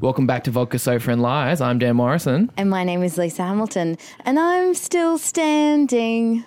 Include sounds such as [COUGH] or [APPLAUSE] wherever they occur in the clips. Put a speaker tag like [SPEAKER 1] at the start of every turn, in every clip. [SPEAKER 1] Welcome back to Vodka Sofa and Lies. I'm Dan Morrison.
[SPEAKER 2] And my name is Lisa Hamilton, and I'm still standing.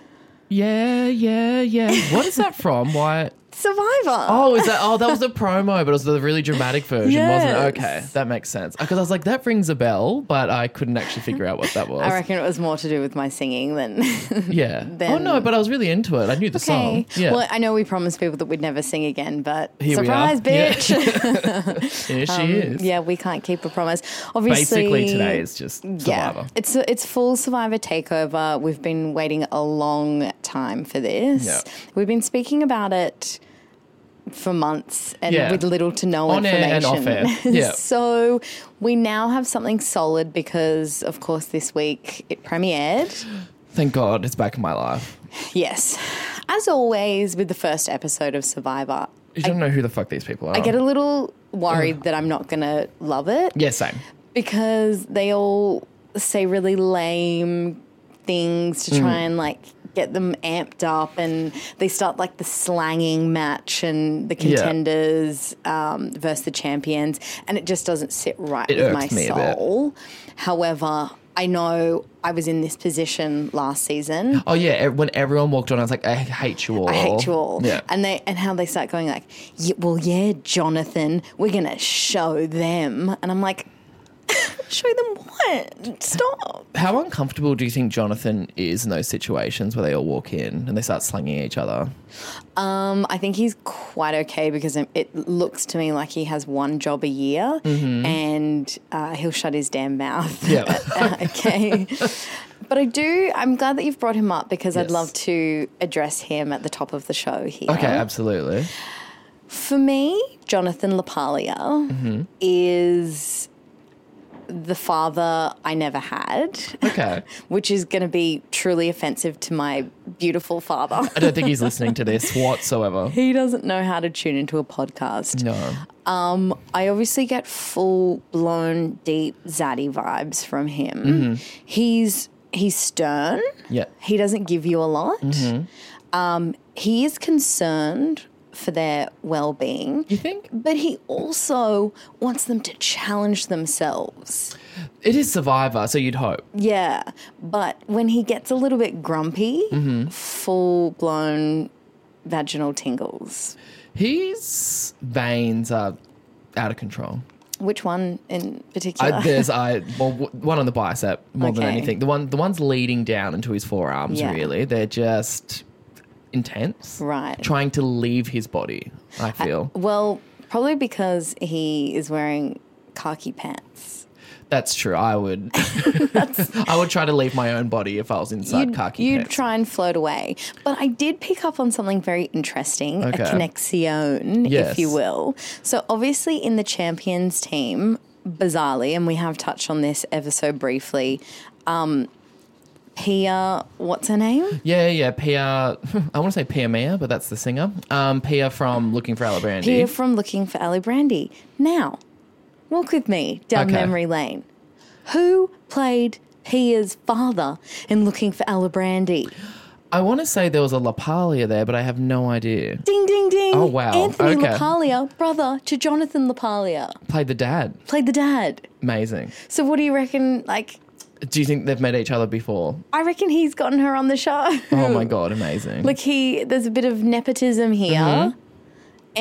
[SPEAKER 1] Yeah, yeah, yeah. What is that from? Why?
[SPEAKER 2] Survivor.
[SPEAKER 1] Oh, is that? Oh, that was the promo, but it was the really dramatic version,
[SPEAKER 2] Yes.
[SPEAKER 1] wasn't it? Okay, that makes sense. Because I was like, that rings a bell, but I couldn't actually figure out what that was.
[SPEAKER 2] [LAUGHS] I reckon it was more to do with my singing than. [LAUGHS]
[SPEAKER 1] yeah. Oh
[SPEAKER 2] Then-
[SPEAKER 1] no, but I was really into it. I knew the song. Yeah.
[SPEAKER 2] Well, I know we promised people that we'd never sing again, but
[SPEAKER 1] Here we are.
[SPEAKER 2] surprise, bitch.
[SPEAKER 1] Yeah. [LAUGHS] Here she is.
[SPEAKER 2] Yeah, we can't keep a promise. Obviously,
[SPEAKER 1] Basically, today is just Survivor.
[SPEAKER 2] Yeah, it's it's full Survivor takeover. We've been waiting a long time for this.
[SPEAKER 1] Yeah.
[SPEAKER 2] We've been speaking about it for months and
[SPEAKER 1] Yeah.
[SPEAKER 2] with little to no
[SPEAKER 1] On air
[SPEAKER 2] information.
[SPEAKER 1] and off air.
[SPEAKER 2] [LAUGHS]
[SPEAKER 1] Yeah.
[SPEAKER 2] so we now have something solid because, of course, this week it premiered.
[SPEAKER 1] Thank God it's back in my life.
[SPEAKER 2] Yes, as always with the first episode of Survivor,
[SPEAKER 1] You don't know who the fuck these people are.
[SPEAKER 2] I get a little worried that I'm not going to love it.
[SPEAKER 1] Yeah, same.
[SPEAKER 2] because they all say really lame things to try
[SPEAKER 1] Mm.
[SPEAKER 2] and like get them amped up and they start like the slanging match and the contenders um, versus the champions and it just doesn't sit right
[SPEAKER 1] It
[SPEAKER 2] with my
[SPEAKER 1] irks me a bit.
[SPEAKER 2] soul however i know i was in this position last season
[SPEAKER 1] Oh yeah, e- when everyone walked on, I was like, I hate you all.
[SPEAKER 2] I hate you all.
[SPEAKER 1] Oh, Yeah.
[SPEAKER 2] And they and how they start going like, yeah, well, yeah, Jonathan, we're gonna show them. And I'm like, [LAUGHS] show them what? Stop.
[SPEAKER 1] How uncomfortable do you think Jonathan is in those situations where they all walk in and they start slanging each other?
[SPEAKER 2] Um, I think he's quite okay because it- it looks to me like he has one job a year,
[SPEAKER 1] Mm-hmm.
[SPEAKER 2] and uh, he'll shut his damn mouth. [LAUGHS]
[SPEAKER 1] Yeah.
[SPEAKER 2] okay. But I do. I'm glad that you've brought him up because I'd
[SPEAKER 1] Yes.
[SPEAKER 2] love to address him at the top of the show
[SPEAKER 1] [LAUGHS]
[SPEAKER 2] here.
[SPEAKER 1] Okay, absolutely.
[SPEAKER 2] For me, Jonathan Lapalia
[SPEAKER 1] Mm-hmm.
[SPEAKER 2] is the father I never had,
[SPEAKER 1] Okay.
[SPEAKER 2] which is going to be truly offensive to my
[SPEAKER 1] [LAUGHS]
[SPEAKER 2] beautiful father.
[SPEAKER 1] I don't think he's listening to this whatsoever.
[SPEAKER 2] he doesn't know how to tune into a podcast.
[SPEAKER 1] No.
[SPEAKER 2] Um, I obviously get full blown deep zaddy vibes from him. He's he's stern.
[SPEAKER 1] Yeah.
[SPEAKER 2] He doesn't give you a lot. Um, he is concerned for their well being.
[SPEAKER 1] You think
[SPEAKER 2] But he also wants them to challenge themselves.
[SPEAKER 1] it is Survivor? So you'd hope.
[SPEAKER 2] Yeah. But when he gets a little bit grumpy, full blown vaginal tingles.
[SPEAKER 1] His veins are out of control.
[SPEAKER 2] Which one in particular? [LAUGHS]
[SPEAKER 1] I, there's I well w- one on the bicep more than
[SPEAKER 2] Okay.
[SPEAKER 1] anything. The one the ones leading down into his forearms.
[SPEAKER 2] Yeah.
[SPEAKER 1] Really, they're just intense.
[SPEAKER 2] Right.
[SPEAKER 1] Trying to leave his body. I feel
[SPEAKER 2] well, probably because he is wearing khaki pants.
[SPEAKER 1] that's true. I
[SPEAKER 2] [LAUGHS]
[SPEAKER 1] would. [LAUGHS] I would try to leave my own body if I was inside khaki
[SPEAKER 2] you'd
[SPEAKER 1] pants.
[SPEAKER 2] try and float away. But I did pick up on something very interesting,
[SPEAKER 1] Okay.
[SPEAKER 2] a connexion,
[SPEAKER 1] Yes.
[SPEAKER 2] if you will. So obviously in the champions team, bizarrely, and we have touched on this ever so briefly, um, Pia, what's her name?
[SPEAKER 1] yeah, yeah. Pia. [LAUGHS] I want to say Pia Mia, but that's the singer. Um, Pia from Looking for Alabrandi.
[SPEAKER 2] Pia from Looking for Ali Brandy. Now, walk with me down
[SPEAKER 1] Okay.
[SPEAKER 2] memory lane. Who played Pia's father in Looking for Ali Brandy?
[SPEAKER 1] I want to say there was a Lapalia there, but I have no idea.
[SPEAKER 2] Ding, ding, ding.
[SPEAKER 1] Oh, wow.
[SPEAKER 2] Anthony
[SPEAKER 1] Okay.
[SPEAKER 2] Lapalia, brother to Jonathan Lapalia.
[SPEAKER 1] Played the dad.
[SPEAKER 2] played the dad.
[SPEAKER 1] Amazing.
[SPEAKER 2] So what do you reckon? Like,
[SPEAKER 1] Do you think they've met each other before?
[SPEAKER 2] I reckon he's gotten her on the show. [LAUGHS]
[SPEAKER 1] Oh my god, amazing.
[SPEAKER 2] Mm. like he, there's a bit of nepotism here,
[SPEAKER 1] Mm-hmm.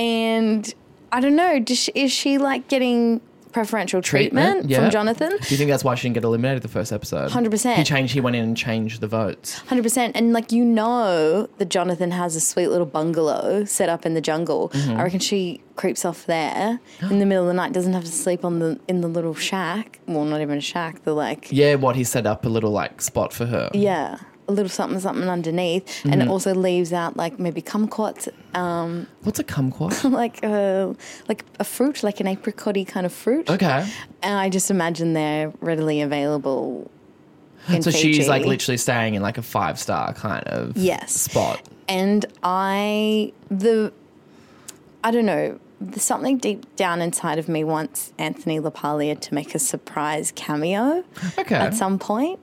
[SPEAKER 2] and I don't know. Does she, is she like getting preferential treatment,
[SPEAKER 1] yeah.
[SPEAKER 2] from Jonathan?
[SPEAKER 1] Do you think that's why she didn't get eliminated the first episode?
[SPEAKER 2] 100%.
[SPEAKER 1] He changed. He went in and changed the votes.
[SPEAKER 2] Hundred percent. And like you know that Jonathan has a sweet little bungalow set up in the jungle.
[SPEAKER 1] Mm-hmm.
[SPEAKER 2] I reckon she creeps off there in the middle of the night. Doesn't have to sleep on the in the little shack. Well, not even a shack. The like
[SPEAKER 1] Yeah, what he set up a little like spot for her.
[SPEAKER 2] Yeah, a little something something underneath, and
[SPEAKER 1] Mm-hmm.
[SPEAKER 2] it also leaves out like maybe kumquats, [LAUGHS] um,
[SPEAKER 1] What's a kumquat?
[SPEAKER 2] like a like a fruit, like an apricotty kind of fruit.
[SPEAKER 1] okay,
[SPEAKER 2] And I just imagine they're readily available. In
[SPEAKER 1] so she's
[SPEAKER 2] Fiji.
[SPEAKER 1] like literally staying in like a five star kind of
[SPEAKER 2] Yes.
[SPEAKER 1] spot.
[SPEAKER 2] and I the I don't know there's something deep down inside of me wants Anthony Lapalia to make a surprise cameo
[SPEAKER 1] Okay,
[SPEAKER 2] at some point.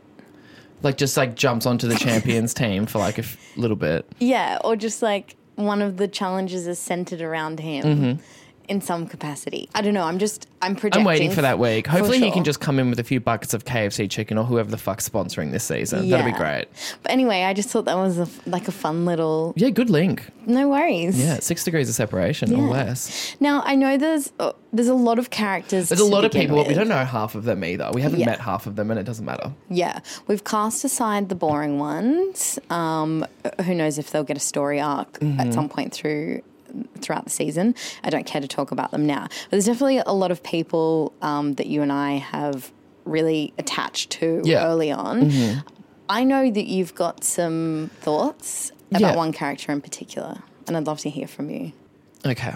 [SPEAKER 1] like just like jumps onto the champions team for like a f- little bit.
[SPEAKER 2] Yeah, or just like one of the challenges is centered around him. in some capacity. I don't know. I'm just I'm
[SPEAKER 1] Mm-hmm.
[SPEAKER 2] projecting.
[SPEAKER 1] I'm waiting for that week. Hopefully, he
[SPEAKER 2] sure.
[SPEAKER 1] can just come in with a few buckets of KFC chicken or whoever the fuck's sponsoring this season. That'd
[SPEAKER 2] Yeah.
[SPEAKER 1] be great.
[SPEAKER 2] But anyway, I just thought that was a, like a fun little.
[SPEAKER 1] Yeah, good link.
[SPEAKER 2] No worries.
[SPEAKER 1] Yeah, six degrees of separation or less.
[SPEAKER 2] Now I know there's uh, there's a lot of characters.
[SPEAKER 1] There's a lot of people, but we don't know half of them either. We haven't
[SPEAKER 2] Yeah.
[SPEAKER 1] met half of them, and it doesn't matter.
[SPEAKER 2] Yeah, we've cast aside the boring ones. Um, who knows if they'll get a story arc
[SPEAKER 1] Mm-hmm.
[SPEAKER 2] at some point through throughout the season? I don't care to talk about them now. But there's definitely a lot of people um, that you and I have really attached to
[SPEAKER 1] Yeah. Mm-hmm.
[SPEAKER 2] early on. I know that you've got some thoughts about
[SPEAKER 1] Yeah.
[SPEAKER 2] one character in particular, and I'd love to hear from you.
[SPEAKER 1] Okay.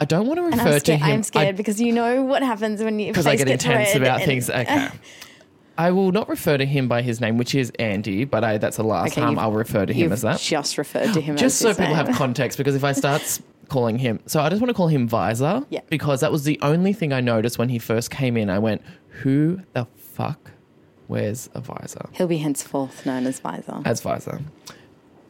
[SPEAKER 1] I don't want to
[SPEAKER 2] And
[SPEAKER 1] refer
[SPEAKER 2] I'm,
[SPEAKER 1] to
[SPEAKER 2] scared.
[SPEAKER 1] him.
[SPEAKER 2] I'm scared because you know what happens when you
[SPEAKER 1] because I
[SPEAKER 2] face
[SPEAKER 1] get
[SPEAKER 2] gets
[SPEAKER 1] intense
[SPEAKER 2] red
[SPEAKER 1] about
[SPEAKER 2] and- [LAUGHS]
[SPEAKER 1] things. Okay. I will not refer to him by his name, which is Andy, but I, that's the last
[SPEAKER 2] Okay,
[SPEAKER 1] time
[SPEAKER 2] you've-
[SPEAKER 1] I'll refer to him
[SPEAKER 2] You've
[SPEAKER 1] as that.
[SPEAKER 2] just referred to him.
[SPEAKER 1] just
[SPEAKER 2] as
[SPEAKER 1] so
[SPEAKER 2] his
[SPEAKER 1] people
[SPEAKER 2] name.
[SPEAKER 1] have context because if i start s- calling him so i just want to call him visor
[SPEAKER 2] [LAUGHS] Yeah.
[SPEAKER 1] because that was the only thing i noticed when he first came in i went who the fuck wears a visor
[SPEAKER 2] He'll be henceforth known as Visor.
[SPEAKER 1] as visor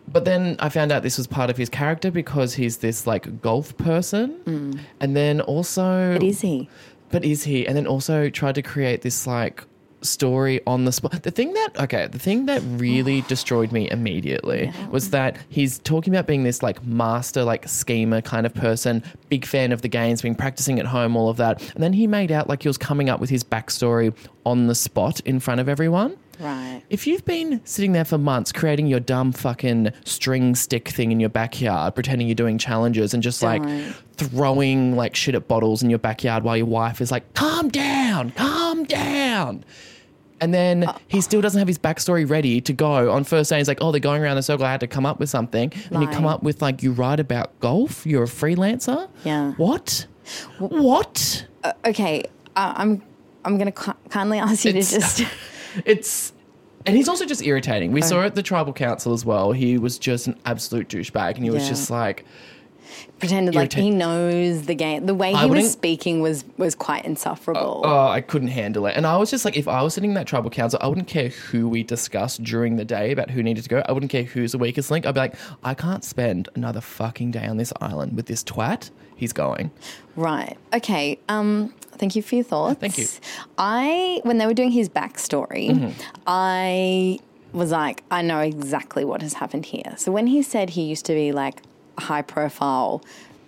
[SPEAKER 1] but then i found out this was part of his character because he's this like golf person and then also
[SPEAKER 2] But Mm. is he?
[SPEAKER 1] but is he? And then also tried to create this like story on the spot. The thing that okay, the thing that really destroyed me immediately was that he's talking about being this like master, like schemer kind of person, big fan of the games, been practicing at home, all of that. And then he made out like he was coming up with his backstory on the spot in front of everyone.
[SPEAKER 2] Right.
[SPEAKER 1] If you've been sitting there for months creating your dumb fucking string stick thing in your backyard, pretending you're doing challenges and just
[SPEAKER 2] Don't.
[SPEAKER 1] like throwing like shit at bottles in your backyard while your wife is like, calm down, calm down. And then
[SPEAKER 2] Uh,
[SPEAKER 1] he still doesn't have his backstory ready to go on first day. He's like, oh, they're going around the circle. I had to come up with something. And you come
[SPEAKER 2] Lying.
[SPEAKER 1] up with like, you write about golf, you're a freelancer.
[SPEAKER 2] Yeah.
[SPEAKER 1] What? What?
[SPEAKER 2] Uh, okay. Uh, I'm. I'm going to kindly [LAUGHS] ask you to
[SPEAKER 1] It's- [LAUGHS]
[SPEAKER 2] just.
[SPEAKER 1] It's and he's also just irritating. We saw at the tribal council as well. He was just an absolute douchebag, and he was
[SPEAKER 2] Yeah.
[SPEAKER 1] just like,
[SPEAKER 2] pretended like
[SPEAKER 1] Irritate-
[SPEAKER 2] he knows the game. The way
[SPEAKER 1] I
[SPEAKER 2] he was
[SPEAKER 1] wouldn't-
[SPEAKER 2] speaking was was quite insufferable.
[SPEAKER 1] "Oh, I couldn't handle it." And I was just like, if I was sitting in that tribal council, I wouldn't care who we discussed during the day about who needed to go. I wouldn't care who's the weakest link. I'd be like, I can't spend another fucking day on this island with this twat. He's going.
[SPEAKER 2] Right. Okay. Um. Thank you for your thoughts.
[SPEAKER 1] Thank you. Mm-hmm.
[SPEAKER 2] I when they were doing his backstory, I was like, I know exactly what has happened here. So when he said he used to be like a high profile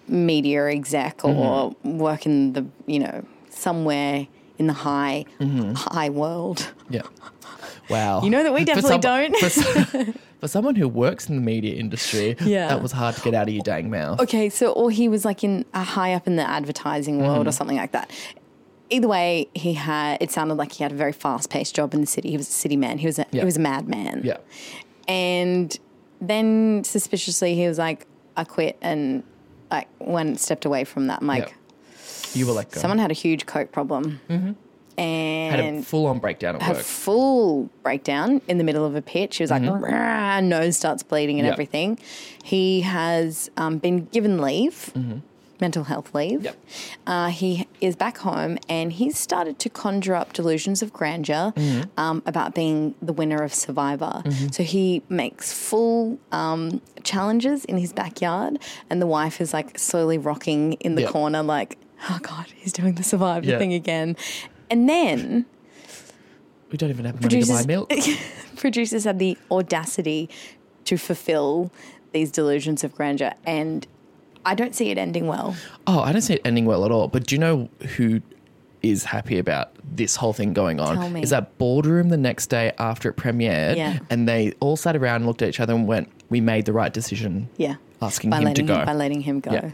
[SPEAKER 2] media exec or
[SPEAKER 1] Mm-hmm.
[SPEAKER 2] work in the you know somewhere in the high
[SPEAKER 1] Mm-hmm.
[SPEAKER 2] high world.
[SPEAKER 1] Yeah. Wow.
[SPEAKER 2] You know that we
[SPEAKER 1] For
[SPEAKER 2] definitely don't.
[SPEAKER 1] For, so-
[SPEAKER 2] [LAUGHS]
[SPEAKER 1] for someone who works in the media industry,
[SPEAKER 2] Yeah.
[SPEAKER 1] that was hard to get out of your dang mouth.
[SPEAKER 2] Okay, so or he was like in uh, high up in the advertising world or
[SPEAKER 1] Mm.
[SPEAKER 2] something like that. Either way, he had. It sounded like he had a very fast paced job in the city. He was a city man. He was a
[SPEAKER 1] Yeah.
[SPEAKER 2] he was a madman.
[SPEAKER 1] Yeah.
[SPEAKER 2] And then suspiciously, he was like, "I quit," and like one stepped away from that. I'm like,
[SPEAKER 1] You were like, go.
[SPEAKER 2] someone had a huge coke problem,
[SPEAKER 1] Mm-hmm. had a
[SPEAKER 2] and
[SPEAKER 1] full on breakdown at
[SPEAKER 2] a
[SPEAKER 1] work.
[SPEAKER 2] full breakdown in the middle of a pitch. He was like,
[SPEAKER 1] Mm-hmm.
[SPEAKER 2] "Rah," nose starts bleeding and
[SPEAKER 1] Yeah.
[SPEAKER 2] everything. He has um, been given leave, mental health leave.
[SPEAKER 1] Mm-hmm. Yep.
[SPEAKER 2] Uh, he is back home and he's started to conjure up delusions of grandeur
[SPEAKER 1] Mm-hmm.
[SPEAKER 2] um, about being the winner of Survivor. So he makes full um, challenges in his backyard, and the wife is like slowly rocking in the
[SPEAKER 1] Yep.
[SPEAKER 2] corner, like, oh God, he's doing the Survivor
[SPEAKER 1] Yeah.
[SPEAKER 2] thing again. And then
[SPEAKER 1] We don't even have money to buy
[SPEAKER 2] Producers-
[SPEAKER 1] milk.
[SPEAKER 2] [LAUGHS] producers had the audacity to fulfill these delusions of grandeur and I don't see it ending well.
[SPEAKER 1] Oh, I don't see it ending well at all. But do you know who is happy about this whole thing going on?
[SPEAKER 2] Tell me.
[SPEAKER 1] Is that boardroom the next day after it premiered?
[SPEAKER 2] Yeah.
[SPEAKER 1] And they all sat around and looked at each other and went, "We made the right decision."
[SPEAKER 2] Yeah.
[SPEAKER 1] Asking
[SPEAKER 2] by
[SPEAKER 1] him
[SPEAKER 2] letting
[SPEAKER 1] to go.
[SPEAKER 2] by letting him go.
[SPEAKER 1] Yeah.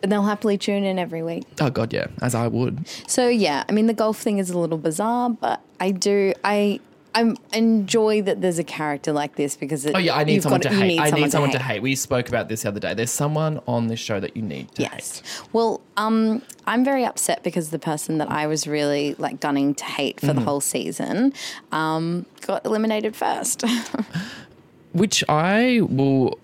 [SPEAKER 2] But they'll happily tune in every week.
[SPEAKER 1] Oh God, yeah. As I would.
[SPEAKER 2] So yeah, I mean the golf thing is a little bizarre, but I do I I enjoy that there's a character like this because it,
[SPEAKER 1] Oh yeah, I need
[SPEAKER 2] you've
[SPEAKER 1] someone
[SPEAKER 2] got-
[SPEAKER 1] to
[SPEAKER 2] you
[SPEAKER 1] hate. I need someone to
[SPEAKER 2] hate.
[SPEAKER 1] hate. We spoke about this the other day. There's someone on this show that you need to
[SPEAKER 2] Yes. Well, um, I'm very upset because the person that I was really like gunning to hate for
[SPEAKER 1] Mm.
[SPEAKER 2] the whole season um, got eliminated first. [LAUGHS]
[SPEAKER 1] hate. Which I will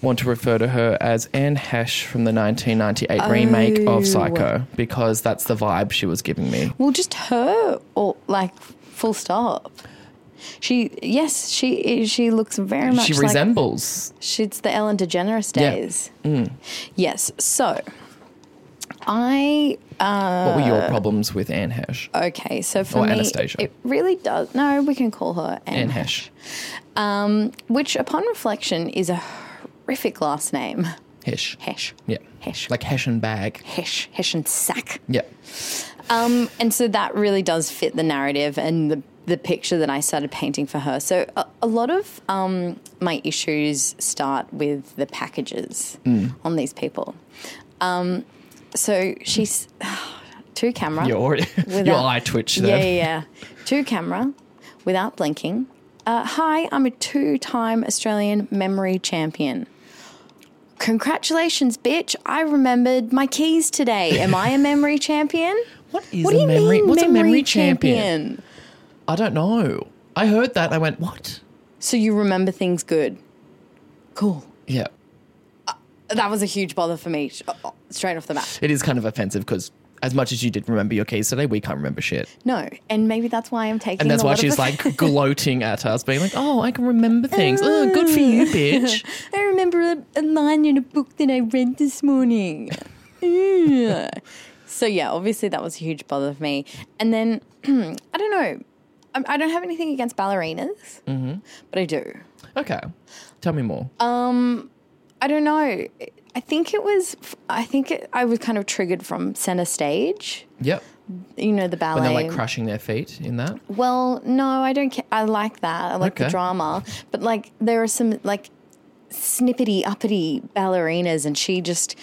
[SPEAKER 1] want to refer to her as Anne Hesh from the 1998 remake
[SPEAKER 2] Oh.
[SPEAKER 1] of Psycho because that's the vibe she was giving me.
[SPEAKER 2] well, just her or like full stop. She yes, she she looks very much
[SPEAKER 1] She
[SPEAKER 2] like
[SPEAKER 1] resembles Mm.
[SPEAKER 2] she's the Ellen DeGeneres
[SPEAKER 1] Yeah.
[SPEAKER 2] days. Yes. So I
[SPEAKER 1] What were
[SPEAKER 2] Uh,
[SPEAKER 1] your problems with Anne Hesh?
[SPEAKER 2] okay. So for
[SPEAKER 1] Or
[SPEAKER 2] me,
[SPEAKER 1] Anastasia.
[SPEAKER 2] it really does. No, we can call her
[SPEAKER 1] Anne
[SPEAKER 2] Anne,
[SPEAKER 1] Hesh.
[SPEAKER 2] um, which upon reflection is a horrific last name.
[SPEAKER 1] Hesh.
[SPEAKER 2] Hesh.
[SPEAKER 1] Yeah.
[SPEAKER 2] Hesh.
[SPEAKER 1] Like Hesh and Bag.
[SPEAKER 2] Hesh. Hesh and sack.
[SPEAKER 1] Yeah.
[SPEAKER 2] Um, and so that really does fit the narrative and the, the picture that I started painting for her. So a, a lot of um, my issues start with the packages on these people. Um, so she's [SIGHS] to camera.
[SPEAKER 1] Your, [LAUGHS] your
[SPEAKER 2] Without-
[SPEAKER 1] eye twitch
[SPEAKER 2] yeah,
[SPEAKER 1] there.
[SPEAKER 2] yeah, yeah. To camera without blinking. Uh, hi, I'm a two time Australian memory champion. Congratulations, bitch. I remembered my keys today. Am I a [LAUGHS] memory champion?
[SPEAKER 1] What is
[SPEAKER 2] What do
[SPEAKER 1] a
[SPEAKER 2] you
[SPEAKER 1] memory?
[SPEAKER 2] mean,
[SPEAKER 1] What's
[SPEAKER 2] memory
[SPEAKER 1] a memory champion?
[SPEAKER 2] champion?
[SPEAKER 1] I don't know. I heard that. and I went, what?
[SPEAKER 2] So you remember things good. Cool.
[SPEAKER 1] Yeah.
[SPEAKER 2] That was a huge bother for me sh- straight off the bat.
[SPEAKER 1] It is kind of offensive because as much as you did remember your keys today, we can't remember shit.
[SPEAKER 2] No, and maybe that's why I'm taking.
[SPEAKER 1] And that's
[SPEAKER 2] a
[SPEAKER 1] why
[SPEAKER 2] lot of
[SPEAKER 1] she's like gloating at us, being like, oh, I can remember things. Oh, good for you,
[SPEAKER 2] [LAUGHS]
[SPEAKER 1] bitch.
[SPEAKER 2] [LAUGHS] I remember a, a line in a book that I read this [LAUGHS] morning. Ugh. so yeah, obviously that was a huge bother for me. And then [CLEARS THROAT] I don't know. I, I don't have anything against ballerinas,
[SPEAKER 1] Mm-hmm.
[SPEAKER 2] but I do.
[SPEAKER 1] Okay. Tell me more.
[SPEAKER 2] Uh, I don't know. I think it was. I think it, I was kind of triggered from center stage.
[SPEAKER 1] yep.
[SPEAKER 2] You know the ballet.
[SPEAKER 1] And they're like crushing their feet in that.
[SPEAKER 2] Well, no, I don't care. I like that. I like
[SPEAKER 1] Okay.
[SPEAKER 2] the drama. But like there are some like snippety uppity ballerinas and she just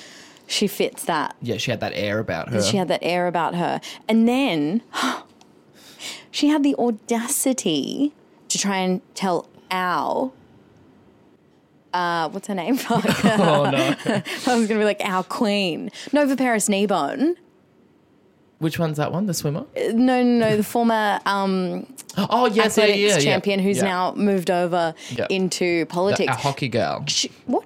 [SPEAKER 2] she fits that.
[SPEAKER 1] Yeah, she had that air about her.
[SPEAKER 2] She had that air about her. And then [GASPS] she had the audacity to try and tell Al uh, what's her name? [LAUGHS] Fuck.
[SPEAKER 1] [LAUGHS] oh, no.
[SPEAKER 2] [LAUGHS] I was gonna be like Al Queen. Nova Paris Kneebone.
[SPEAKER 1] Which one's that one? The swimmer?
[SPEAKER 2] No, no, no, the former um,
[SPEAKER 1] Oh, yes, yeah,
[SPEAKER 2] athletics
[SPEAKER 1] yeah, yeah.
[SPEAKER 2] champion who's
[SPEAKER 1] Yeah.
[SPEAKER 2] now moved over
[SPEAKER 1] Yeah.
[SPEAKER 2] into
[SPEAKER 1] The-
[SPEAKER 2] politics.
[SPEAKER 1] a hockey girl.
[SPEAKER 2] She- what?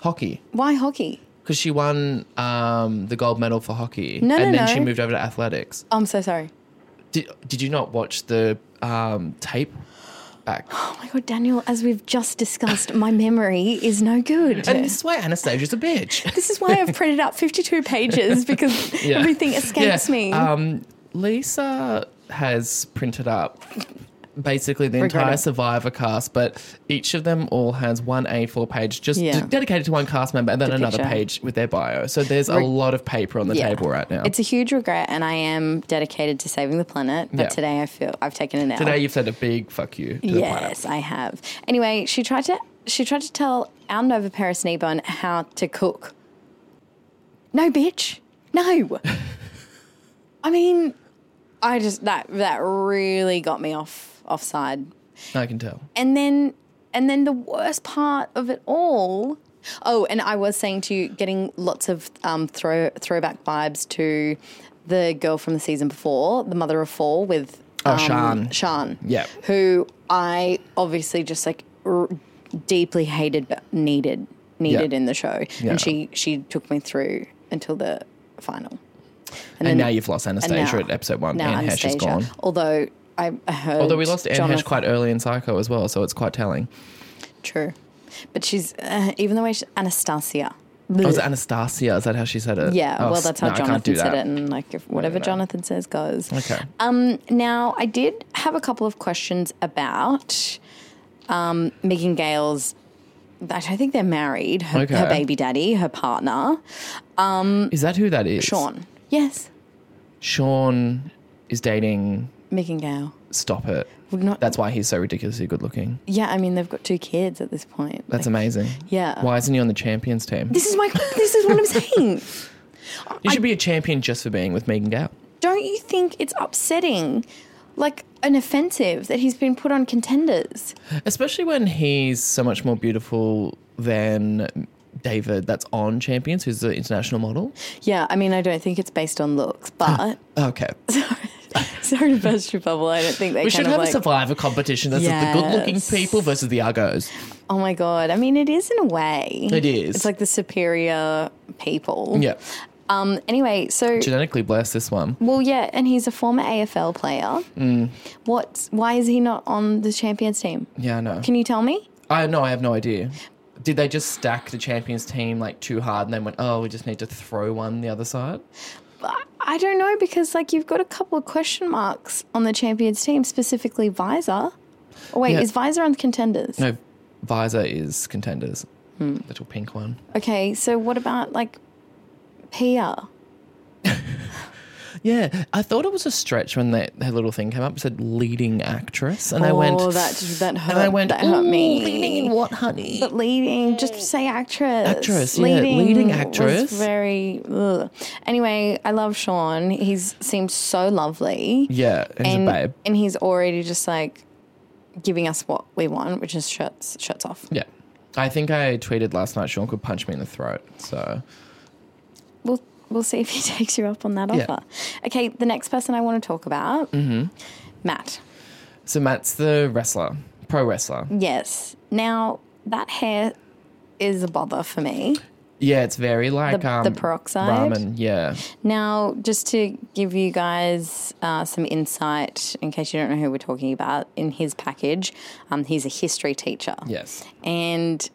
[SPEAKER 1] Hockey.
[SPEAKER 2] Why hockey?
[SPEAKER 1] Because she won um, the gold medal for hockey.
[SPEAKER 2] No,
[SPEAKER 1] and
[SPEAKER 2] no,
[SPEAKER 1] then
[SPEAKER 2] no.
[SPEAKER 1] she moved over to athletics.
[SPEAKER 2] I'm so sorry.
[SPEAKER 1] Did, did you not watch the um, tape
[SPEAKER 2] [GASPS]
[SPEAKER 1] back?
[SPEAKER 2] Oh my god, Daniel, as we've just discussed, my memory is no good.
[SPEAKER 1] And this is why Anastasia's a bitch.
[SPEAKER 2] this is why I've printed out 52 pages because
[SPEAKER 1] [LAUGHS] Yeah.
[SPEAKER 2] everything escapes
[SPEAKER 1] Yeah,
[SPEAKER 2] me.
[SPEAKER 1] Um, Lisa has printed up basically the
[SPEAKER 2] Regret
[SPEAKER 1] entire
[SPEAKER 2] it.
[SPEAKER 1] Survivor cast, but each of them all has one A4 page just
[SPEAKER 2] Yeah.
[SPEAKER 1] d- dedicated to one cast member and then another
[SPEAKER 2] picture.
[SPEAKER 1] page with their bio. So there's a
[SPEAKER 2] Re-
[SPEAKER 1] lot of paper on the
[SPEAKER 2] Yeah.
[SPEAKER 1] table right now.
[SPEAKER 2] It's a huge regret, and I am dedicated to saving the planet. But
[SPEAKER 1] Yeah.
[SPEAKER 2] today I feel I've taken an L.
[SPEAKER 1] Today you've said a big fuck you to the planet.
[SPEAKER 2] yes, I have. Anyway, she tried to she tried to tell our Nova Paris Nebon how to cook. No, bitch.
[SPEAKER 1] [LAUGHS]
[SPEAKER 2] No. I mean, I just that that really got me off offside.
[SPEAKER 1] I can tell.
[SPEAKER 2] And then and then the worst part of it all. Oh, and I was saying to you, getting lots of um, throw throwback vibes to the girl from the season before, the mother of four, with
[SPEAKER 1] Oh,
[SPEAKER 2] um,
[SPEAKER 1] Shan.
[SPEAKER 2] Shan,
[SPEAKER 1] Yeah.
[SPEAKER 2] who I obviously just like r- deeply hated but needed needed
[SPEAKER 1] Yeah.
[SPEAKER 2] in the show,
[SPEAKER 1] Yeah.
[SPEAKER 2] and she she took me through until the final.
[SPEAKER 1] And,
[SPEAKER 2] then-
[SPEAKER 1] now you've lost Anastasia
[SPEAKER 2] now-
[SPEAKER 1] at episode one.
[SPEAKER 2] Now
[SPEAKER 1] Anne Hesh is
[SPEAKER 2] Anastasia,
[SPEAKER 1] gone.
[SPEAKER 2] although I I heard
[SPEAKER 1] Although we lost Anne Hesh
[SPEAKER 2] Jonathan-
[SPEAKER 1] quite early in Psycho as well, so it's quite telling.
[SPEAKER 2] True. But she's, uh, even the way she's Anastasia.
[SPEAKER 1] Oh, is it Anastasia? Is that how she said it?
[SPEAKER 2] yeah,
[SPEAKER 1] Oh,
[SPEAKER 2] well,
[SPEAKER 1] s-
[SPEAKER 2] that's how
[SPEAKER 1] no, I can't do
[SPEAKER 2] Jonathan said
[SPEAKER 1] that.
[SPEAKER 2] it. And like, if whatever
[SPEAKER 1] no.
[SPEAKER 2] Jonathan says goes.
[SPEAKER 1] Okay.
[SPEAKER 2] Um, now, I did have a couple of questions about um, Megan Gale's. I don't think they're married. Her,
[SPEAKER 1] Okay.
[SPEAKER 2] her baby daddy, her partner,
[SPEAKER 1] Is that who that is?
[SPEAKER 2] Sean. Yes,
[SPEAKER 1] Sean is dating.
[SPEAKER 2] Megan Gale.
[SPEAKER 1] Stop it.
[SPEAKER 2] Would not-
[SPEAKER 1] That's why he's so ridiculously good looking.
[SPEAKER 2] Yeah, I mean they've got two kids at this point.
[SPEAKER 1] That's
[SPEAKER 2] Like,
[SPEAKER 1] amazing.
[SPEAKER 2] yeah.
[SPEAKER 1] Why isn't he on the champions team?
[SPEAKER 2] This is my. [LAUGHS] this is what I'm saying.
[SPEAKER 1] You should be a champion just for being with Megan Gale.
[SPEAKER 2] Don't you think it's upsetting, like an offensive that he's been put on contenders?
[SPEAKER 1] Especially when he's so much more beautiful than David, that's on Champions, who's the international model.
[SPEAKER 2] Yeah, I mean, I don't think it's based
[SPEAKER 1] [LAUGHS]
[SPEAKER 2] on looks, but [LAUGHS]
[SPEAKER 1] Okay.
[SPEAKER 2] sorry to burst your bubble. I don't think they
[SPEAKER 1] We
[SPEAKER 2] kind
[SPEAKER 1] should
[SPEAKER 2] of
[SPEAKER 1] have
[SPEAKER 2] like.
[SPEAKER 1] a survivor competition that's just the good looking
[SPEAKER 2] Yes.
[SPEAKER 1] people versus the Argos.
[SPEAKER 2] oh my god! I mean, it is in a way.
[SPEAKER 1] It is.
[SPEAKER 2] It's like the superior people.
[SPEAKER 1] Yeah.
[SPEAKER 2] Um. Anyway, so
[SPEAKER 1] Genetically blessed, this one.
[SPEAKER 2] well, yeah, and he's a former AFL player.
[SPEAKER 1] Mm.
[SPEAKER 2] What's Why is he not on the champions team?
[SPEAKER 1] Yeah, I know.
[SPEAKER 2] Can you tell me?
[SPEAKER 1] I no, I have no idea. Did they just stack the champions team like too hard and then went, oh, we just need to throw one the other side?
[SPEAKER 2] I- I don't know because like you've got a couple of question marks on the champions team, specifically Visor. Oh, wait,
[SPEAKER 1] Yeah.
[SPEAKER 2] is Visor on contenders?
[SPEAKER 1] No, Visor is contenders.
[SPEAKER 2] Hmm.
[SPEAKER 1] Little pink one.
[SPEAKER 2] Okay, so what about like Pia?
[SPEAKER 1] Yeah, I thought it was a stretch when that, that little thing came up. It said leading actress, and I went,
[SPEAKER 2] Oh, that that hurt.
[SPEAKER 1] and I went,
[SPEAKER 2] that hurt
[SPEAKER 1] "Ooh,
[SPEAKER 2] me.
[SPEAKER 1] Leading in what, honey?
[SPEAKER 2] But leading, just say actress.
[SPEAKER 1] Actress, yeah, leading actress.
[SPEAKER 2] Was very. Ugh. Anyway, I love Sean. He's seems so lovely,
[SPEAKER 1] yeah, and, he's a
[SPEAKER 2] and
[SPEAKER 1] babe.
[SPEAKER 2] and he's already just like giving us what we want, which is shirts shirts off.
[SPEAKER 1] Yeah, I think I tweeted last night. Sean could punch me in the throat. So
[SPEAKER 2] we'll we'll see if he [LAUGHS] takes you up on that
[SPEAKER 1] Yeah. Mm-hmm.
[SPEAKER 2] offer. Okay, the next person I want to talk about, Matt.
[SPEAKER 1] So Matt's the wrestler, pro wrestler.
[SPEAKER 2] Mm. Yes. Now that hair is a bother for me.
[SPEAKER 1] Yeah, it's very like
[SPEAKER 2] The-
[SPEAKER 1] um,
[SPEAKER 2] the peroxide?
[SPEAKER 1] ramen. Yeah,
[SPEAKER 2] Now, just to give you guys uh, some insight, in case you don't know who we're talking about, in his package, um, he's a history teacher,
[SPEAKER 1] yes,
[SPEAKER 2] and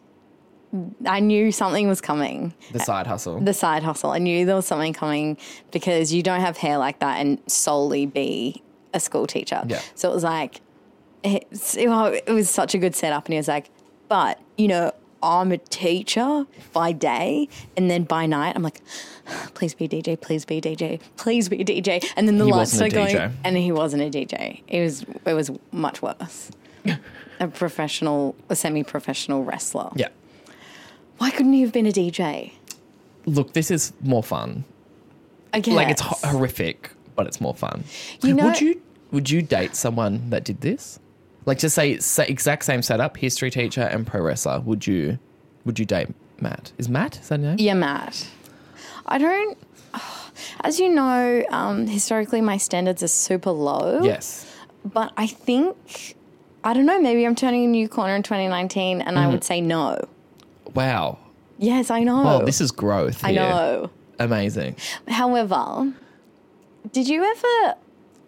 [SPEAKER 2] I knew something was coming.
[SPEAKER 1] the side hustle.
[SPEAKER 2] Uh, the side hustle. I knew there was something coming because you don't have hair like that and solely be a school teacher.
[SPEAKER 1] Yeah.
[SPEAKER 2] So it was like, it's- it, wa- it was such a good setup. And he was like, but, you know, I'm a teacher by day. And then by night, I'm like, please be DJ, please be DJ, please be DJ. And then the
[SPEAKER 1] He
[SPEAKER 2] lights are
[SPEAKER 1] wasn't a
[SPEAKER 2] going.
[SPEAKER 1] DJ.
[SPEAKER 2] And he wasn't a DJ. It was, it was
[SPEAKER 1] [LAUGHS]
[SPEAKER 2] much worse. a professional, a semi professional wrestler.
[SPEAKER 1] yeah,
[SPEAKER 2] Why couldn't he have been a DJ?
[SPEAKER 1] look, this is more fun.
[SPEAKER 2] Again,
[SPEAKER 1] Like it's ho- horrific, but it's more fun.
[SPEAKER 2] You know-
[SPEAKER 1] would you would you date someone that did this? Like just say, say exact same setup, history teacher and pro wrestler. Would you would you date Matt? Is Matt is that his name?
[SPEAKER 2] Yeah, Matt. I don't. As you know, um, historically my standards are super low.
[SPEAKER 1] Yes.
[SPEAKER 2] But I think I don't know. Maybe I'm turning a new corner in 2019, and I would say no.
[SPEAKER 1] Wow.
[SPEAKER 2] Yes, I know.
[SPEAKER 1] Mm-hmm. Oh, this is growth.
[SPEAKER 2] I
[SPEAKER 1] here.
[SPEAKER 2] know.
[SPEAKER 1] Amazing.
[SPEAKER 2] However, did you ever?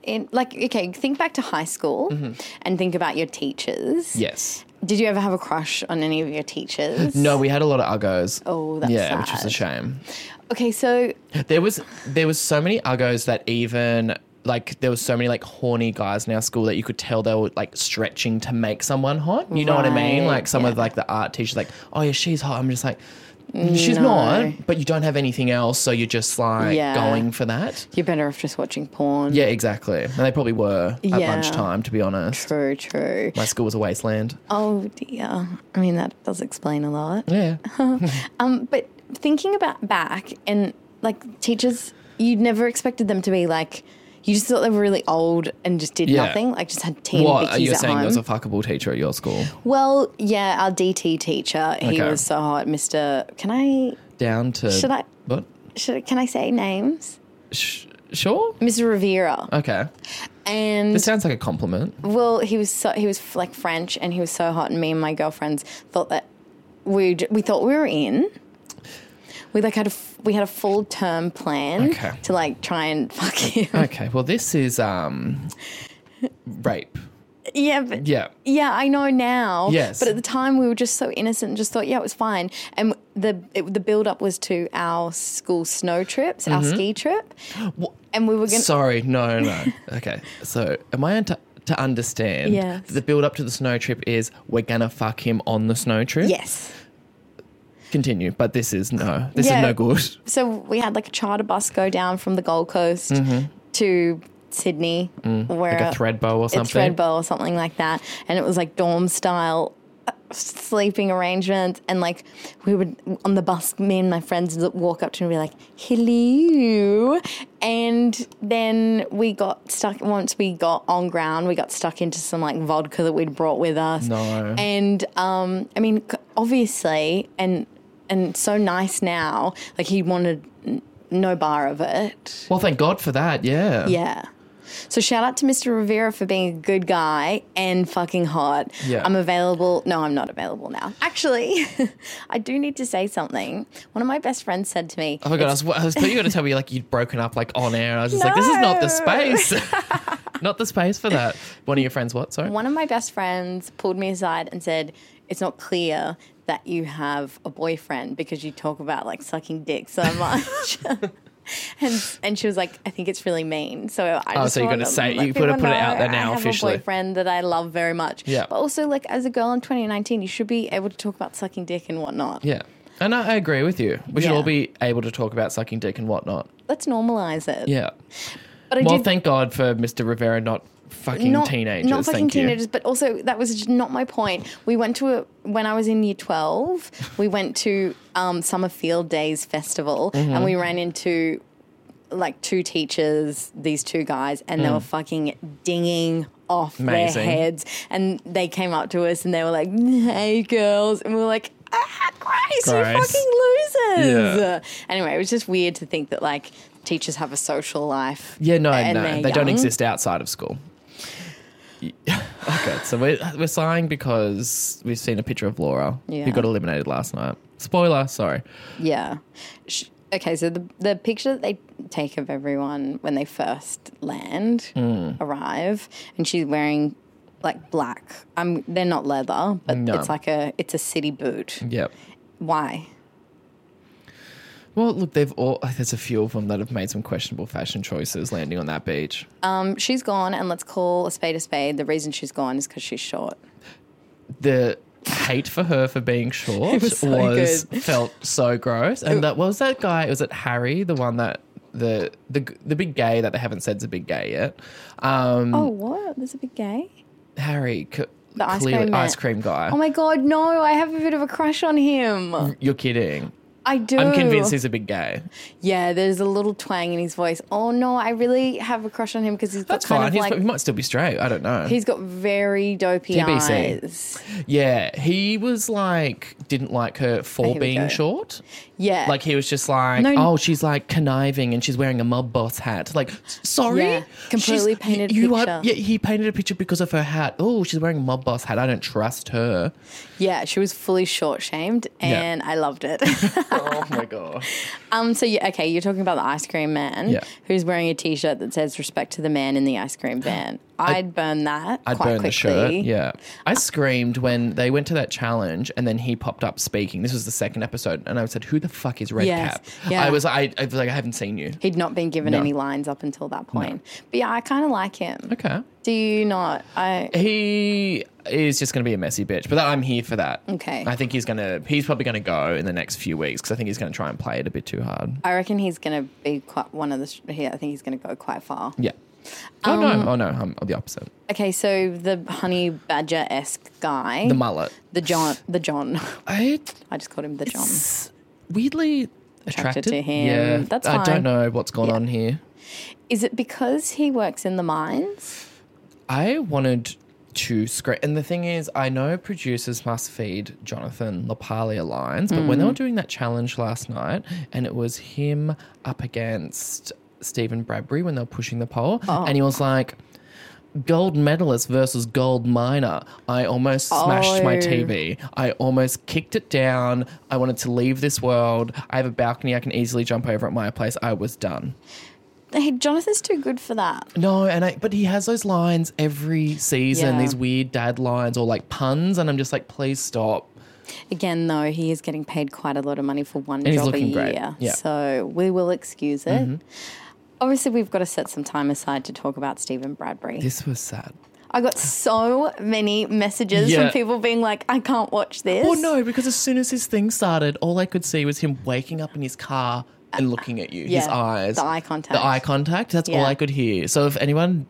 [SPEAKER 2] In, like okay, think back to high school
[SPEAKER 1] Mm-hmm.
[SPEAKER 2] and think about your teachers.
[SPEAKER 1] Yes.
[SPEAKER 2] Did you ever have a crush on any of your teachers?
[SPEAKER 1] No, we had a lot of uggos.
[SPEAKER 2] Oh, that's
[SPEAKER 1] yeah, which was a
[SPEAKER 2] sad.
[SPEAKER 1] shame.
[SPEAKER 2] Okay, so
[SPEAKER 1] There was there was so many uggos that even like there was so many like horny guys in our school that you could tell they were like stretching to make someone hot. You know what I mean?
[SPEAKER 2] Right,
[SPEAKER 1] Like some of like the art teachers, like oh yeah, she's hot. I'm just like. She's not, but you don't have anything else, so you're just like
[SPEAKER 2] Yeah.
[SPEAKER 1] going for that.
[SPEAKER 2] you're better off just watching porn.
[SPEAKER 1] Yeah, exactly. And they probably were at
[SPEAKER 2] Yeah.
[SPEAKER 1] lunchtime, to be honest.
[SPEAKER 2] True, true.
[SPEAKER 1] My school was a
[SPEAKER 2] [LAUGHS]
[SPEAKER 1] wasteland.
[SPEAKER 2] Oh dear. I mean, that does explain a lot.
[SPEAKER 1] Yeah.
[SPEAKER 2] Um, but thinking about back and like teachers, you never expected them to be like. You just thought they were really old and just did
[SPEAKER 1] Yeah.
[SPEAKER 2] nothing. Like just had teen
[SPEAKER 1] What
[SPEAKER 2] bickies
[SPEAKER 1] are you
[SPEAKER 2] at
[SPEAKER 1] saying?
[SPEAKER 2] home.
[SPEAKER 1] There was a fuckable teacher at your school.
[SPEAKER 2] well, yeah, our DT teacher, he
[SPEAKER 1] Okay.
[SPEAKER 2] was so hot, Mister. Can I
[SPEAKER 1] Down to
[SPEAKER 2] Should I-
[SPEAKER 1] What?
[SPEAKER 2] should can I say names?
[SPEAKER 1] Sh- sure.
[SPEAKER 2] Mr. Rivera,
[SPEAKER 1] Okay.
[SPEAKER 2] and
[SPEAKER 1] This sounds like a compliment.
[SPEAKER 2] Well, he was so, he was f- like French, and he was so hot, and me and my girlfriends thought that we j- we thought we were in. We like had a f- we had a full term plan
[SPEAKER 1] Okay. Uh,
[SPEAKER 2] to like try and [LAUGHS] fuck him.
[SPEAKER 1] Okay, well, this is um, rape.
[SPEAKER 2] yeah, but
[SPEAKER 1] Yeah.
[SPEAKER 2] yeah, I know now.
[SPEAKER 1] Yes.
[SPEAKER 2] but at the time we were just so innocent and just thought, yeah, it was fine. And the it, the build up was to our school snow trips,
[SPEAKER 1] Mm-hmm.
[SPEAKER 2] our ski trip, and we were gonna.
[SPEAKER 1] Sorry, no, no. [LAUGHS] Okay, so am I to, to understand
[SPEAKER 2] Yes.
[SPEAKER 1] that the build up to the snow trip is we're gonna fuck him on the snow trip?
[SPEAKER 2] yes.
[SPEAKER 1] Continue, but this is no, this
[SPEAKER 2] Yeah.
[SPEAKER 1] is no
[SPEAKER 2] [LAUGHS]
[SPEAKER 1] good.
[SPEAKER 2] so we had like a charter bus go down from the Gold Coast to Sydney, where
[SPEAKER 1] Mm-hmm. Mm. Like a thread bow or
[SPEAKER 2] a
[SPEAKER 1] something.
[SPEAKER 2] thread bowl or something like that, and it was like dorm style uh, sleeping arrangements, and like we would on the bus, me and my friends would walk up to him and be like, "Hello," and then we got stuck. Once we got on ground, we got stuck into some like vodka that we'd brought with us,
[SPEAKER 1] No.
[SPEAKER 2] and um, I mean, c- obviously, and and so nice now. Like he wanted n- no bar of it.
[SPEAKER 1] Well, thank God for that. Yeah.
[SPEAKER 2] Yeah. So shout out to Mr. Rivera for being a good guy and fucking hot.
[SPEAKER 1] Yeah.
[SPEAKER 2] I'm available. No, I'm not available now. Actually, [LAUGHS] I do need to say something. One of my best friends said to me,
[SPEAKER 1] Oh my god, I was, I was thought you were gonna tell me like you'd broken up like on air. I was just like, this is not the
[SPEAKER 2] No. [LAUGHS]
[SPEAKER 1] space. [LAUGHS] Not the space for that. One of your friends, what? Sorry.
[SPEAKER 2] One of my best friends pulled me aside and said, It's not clear that you have a boyfriend because you talk about like sucking
[SPEAKER 1] [LAUGHS]
[SPEAKER 2] dick so much. [LAUGHS] and and she was like, I think it's really mean. So I
[SPEAKER 1] Oh,
[SPEAKER 2] just
[SPEAKER 1] so you're
[SPEAKER 2] want
[SPEAKER 1] gonna
[SPEAKER 2] to
[SPEAKER 1] say-
[SPEAKER 2] let
[SPEAKER 1] you gotta
[SPEAKER 2] people
[SPEAKER 1] put it out
[SPEAKER 2] know
[SPEAKER 1] there now
[SPEAKER 2] I have
[SPEAKER 1] officially.
[SPEAKER 2] a boyfriend that I love very much.
[SPEAKER 1] Yeah.
[SPEAKER 2] But also, like as a girl in 2019, you should be able to talk about sucking dick and whatnot.
[SPEAKER 1] Yeah. And I, I agree with you. We should
[SPEAKER 2] Yeah.
[SPEAKER 1] all be able to talk about sucking dick and whatnot.
[SPEAKER 2] Let's normalize it.
[SPEAKER 1] Yeah.
[SPEAKER 2] But I
[SPEAKER 1] Well,
[SPEAKER 2] did
[SPEAKER 1] thank God for Mr. Rivera not fucking teenagers.
[SPEAKER 2] Not fucking
[SPEAKER 1] thank you.
[SPEAKER 2] teenagers, but also that was just not my point. We went to a when I was in year twelve, we went to um, Summer Field Days Festival, and
[SPEAKER 1] Mm-hmm.
[SPEAKER 2] we ran into like two teachers, these two guys, and they were fucking dinging off
[SPEAKER 1] Mm. Amazing.
[SPEAKER 2] their heads, and they came up to us and they were like, "Hey, girls," and we were like. Ah, Christ,
[SPEAKER 1] Gross.
[SPEAKER 2] you fucking losers.
[SPEAKER 1] Yeah.
[SPEAKER 2] Anyway, it was just weird to think that like teachers have a social life.
[SPEAKER 1] Yeah, no,
[SPEAKER 2] and
[SPEAKER 1] no,
[SPEAKER 2] they're
[SPEAKER 1] they don't
[SPEAKER 2] young.
[SPEAKER 1] exist outside of school. Y- okay, so we're we're sighing because we've seen a picture of Laura
[SPEAKER 2] Yeah.
[SPEAKER 1] who got eliminated last night. Spoiler, sorry.
[SPEAKER 2] Yeah. Sh- Okay, so the the picture that they take of everyone when they first land,
[SPEAKER 1] Hmm.
[SPEAKER 2] arrive, and she's wearing like black. Um, they're not leather, but
[SPEAKER 1] No.
[SPEAKER 2] it's like a it's a city boot.
[SPEAKER 1] Yep.
[SPEAKER 2] Why?
[SPEAKER 1] Well, look, they've all oh, there's a few of them that have made some questionable fashion choices landing on that beach.
[SPEAKER 2] Um, she's gone, and let's call a spade a spade. The reason she's gone is because she's short.
[SPEAKER 1] The hate for her for
[SPEAKER 2] [LAUGHS]
[SPEAKER 1] being short
[SPEAKER 2] was so
[SPEAKER 1] felt so gross. And that what was that guy? Was it Harry, the one that the the the big gay that they haven't said's a big gay yet? Um,
[SPEAKER 2] Oh, what? There's a big gay.
[SPEAKER 1] Harry, c-
[SPEAKER 2] The ice
[SPEAKER 1] clearly
[SPEAKER 2] cream man.
[SPEAKER 1] ice cream guy.
[SPEAKER 2] Oh my god, no! I have a bit of a crush on him.
[SPEAKER 1] You're kidding.
[SPEAKER 2] I do.
[SPEAKER 1] I'm convinced he's a big gay.
[SPEAKER 2] Yeah, there's a little twang in his voice. Oh no, I really have a crush on him because he's got
[SPEAKER 1] That's
[SPEAKER 2] kind
[SPEAKER 1] fine.
[SPEAKER 2] of
[SPEAKER 1] He's,
[SPEAKER 2] like
[SPEAKER 1] he might still be straight. I don't know.
[SPEAKER 2] He's got very dopey
[SPEAKER 1] TBC.
[SPEAKER 2] eyes.
[SPEAKER 1] yeah, he was like didn't like her
[SPEAKER 2] here
[SPEAKER 1] for
[SPEAKER 2] we
[SPEAKER 1] being
[SPEAKER 2] go.
[SPEAKER 1] short.
[SPEAKER 2] Yeah.
[SPEAKER 1] Like he was just like,
[SPEAKER 2] No, n-
[SPEAKER 1] oh, she's like conniving and she's wearing a mob boss hat. Like, s- sorry,
[SPEAKER 2] Yeah, completely painted a picture.
[SPEAKER 1] yeah, he painted a picture because of her hat. Oh, she's wearing a mob boss hat. I don't trust her.
[SPEAKER 2] yeah, she was fully short shamed and I loved it. [LAUGHS]
[SPEAKER 1] oh my god.
[SPEAKER 2] um so yeah, okay, you're talking about the ice cream man
[SPEAKER 1] Yeah.
[SPEAKER 2] who's wearing a t shirt that says respect to the man in the
[SPEAKER 1] [GASPS]
[SPEAKER 2] ice cream van. I'd burn that
[SPEAKER 1] I'd
[SPEAKER 2] quite
[SPEAKER 1] burn
[SPEAKER 2] quickly.
[SPEAKER 1] the shirt. Yeah. I screamed when they went to that challenge and then he popped up speaking. This was the second episode. And I said, Who the fuck is Red
[SPEAKER 2] Yes.
[SPEAKER 1] Cap?
[SPEAKER 2] Yeah.
[SPEAKER 1] I was like, I, I was like, I haven't seen you.
[SPEAKER 2] He'd not been given any lines up until that point. But yeah, I kinda like him.
[SPEAKER 1] Okay.
[SPEAKER 2] Do you not? I
[SPEAKER 1] He is just going to be a messy bitch, but I'm here for that.
[SPEAKER 2] Okay.
[SPEAKER 1] I think he's going to, he's probably going to go in the next few weeks because I think he's going to try and play it a bit too hard.
[SPEAKER 2] I reckon he's gonna be quite one of the. sh- Yeah, I think he's gonna go quite far.
[SPEAKER 1] Yeah. Oh,
[SPEAKER 2] Um,
[SPEAKER 1] no. Oh, no. I'm the opposite.
[SPEAKER 2] Okay, so the honey badger esque guy,
[SPEAKER 1] The mullet.
[SPEAKER 2] the John, the John. [LAUGHS]
[SPEAKER 1] I
[SPEAKER 2] I just called him the John.
[SPEAKER 1] weirdly attracted,
[SPEAKER 2] to him.
[SPEAKER 1] Yeah.
[SPEAKER 2] That's
[SPEAKER 1] I
[SPEAKER 2] fine.
[SPEAKER 1] don't know what's going on here.
[SPEAKER 2] Is it because he works in the mines?
[SPEAKER 1] I wanted to script, and the thing is, I know producers must feed Jonathan Lapalia lines, but when they were doing that challenge last night, and it was him up against Stephen Bradbury when they were pushing the poll, and he was like. Gold medalist versus gold miner. I almost smashed my
[SPEAKER 2] Oh.
[SPEAKER 1] TV. I almost kicked it down. I wanted to leave this world. I have a balcony I can easily jump over at my place. I was done.
[SPEAKER 2] Hey, Jonathan's too good for that.
[SPEAKER 1] No, and I, but he has those lines every season,
[SPEAKER 2] Yeah.
[SPEAKER 1] these weird dad lines or like puns, and I'm just like, please stop.
[SPEAKER 2] Again, though, he is getting paid quite a lot of money for one
[SPEAKER 1] he's
[SPEAKER 2] job a
[SPEAKER 1] looking great.
[SPEAKER 2] year,
[SPEAKER 1] Yeah. Mm-hmm.
[SPEAKER 2] so we will excuse it. Obviously, we've got to set some time aside to talk about Stephen Bradbury.
[SPEAKER 1] This was sad.
[SPEAKER 2] I got so many messages
[SPEAKER 1] Yeah.
[SPEAKER 2] from people being like, "I can't watch this."
[SPEAKER 1] Well, no, because as soon as his thing started, all I could see was him waking up in his car and looking at you, his
[SPEAKER 2] yeah,
[SPEAKER 1] eyes,
[SPEAKER 2] the eye contact.
[SPEAKER 1] The eye contact. That's all
[SPEAKER 2] Yeah.
[SPEAKER 1] I could hear. So if anyone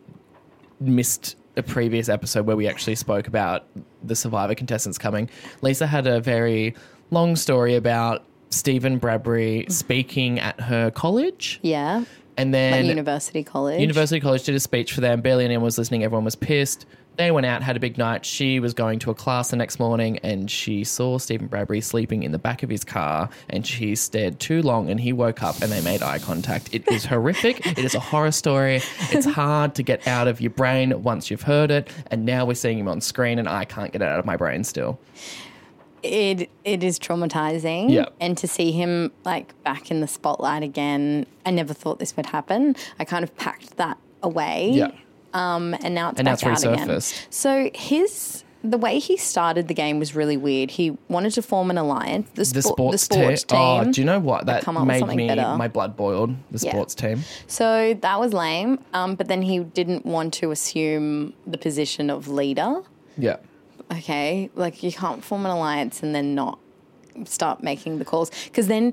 [SPEAKER 1] missed a previous episode where we actually spoke about the survivor contestants coming, Lisa had a very long story about Stephen Bradbury
[SPEAKER 2] Mm.
[SPEAKER 1] speaking at her college.
[SPEAKER 2] Yeah,
[SPEAKER 1] And then
[SPEAKER 2] university college.
[SPEAKER 1] University College did a speech for them. Barely anyone was listening. Everyone was pissed. They went out, had a big night. She was going to a class the next morning and she saw Stephen Bradbury sleeping in the back of his car and she stared too long and he woke up and they made eye contact. It is horrific. it is a horror story. It's hard to get out of your brain once you've heard it. And now we're seeing him on screen and I can't get it out of my brain still.
[SPEAKER 2] it it is traumatizing
[SPEAKER 1] Yeah.
[SPEAKER 2] and to see him like back in the spotlight again i never thought this would happen i kind of packed that away
[SPEAKER 1] Yeah.
[SPEAKER 2] um, and now it's
[SPEAKER 1] And now it's
[SPEAKER 2] back out
[SPEAKER 1] resurfaced.
[SPEAKER 2] again. So his the way he started the game was really weird. He wanted to form an alliance. The,
[SPEAKER 1] The
[SPEAKER 2] spo- the
[SPEAKER 1] sports,
[SPEAKER 2] sports
[SPEAKER 1] team. Oh,
[SPEAKER 2] team.
[SPEAKER 1] do you know what? That
[SPEAKER 2] come up with
[SPEAKER 1] made
[SPEAKER 2] something
[SPEAKER 1] me
[SPEAKER 2] better.
[SPEAKER 1] my blood boiled. The
[SPEAKER 2] Yeah.
[SPEAKER 1] sports team.
[SPEAKER 2] So that was lame. Um, but then he didn't want to assume the position of leader.
[SPEAKER 1] Yeah.
[SPEAKER 2] Okay, like you can't form an alliance and then not start making the calls because then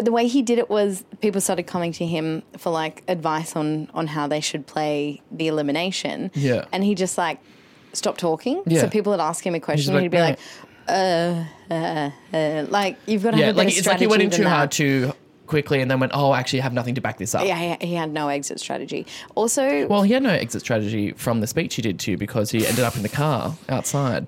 [SPEAKER 2] the way he did it was people started coming to him for like advice on on how they should play the elimination.
[SPEAKER 1] Yeah.
[SPEAKER 2] and he just like stopped talking.
[SPEAKER 1] Yeah.
[SPEAKER 2] So people would ask him a question,
[SPEAKER 1] like,
[SPEAKER 2] and he'd be like, "Uh, uh, uh, like you've got to
[SPEAKER 1] Yeah.
[SPEAKER 2] have a better
[SPEAKER 1] Like it's like he went in
[SPEAKER 2] strategy
[SPEAKER 1] too
[SPEAKER 2] than
[SPEAKER 1] hard too
[SPEAKER 2] that."
[SPEAKER 1] quickly and then went, Oh, actually I have nothing to back this up.
[SPEAKER 2] Yeah, he, he had no exit strategy. Also,
[SPEAKER 1] Well, he had no exit strategy from the speech he did to you because he ended up in the car outside.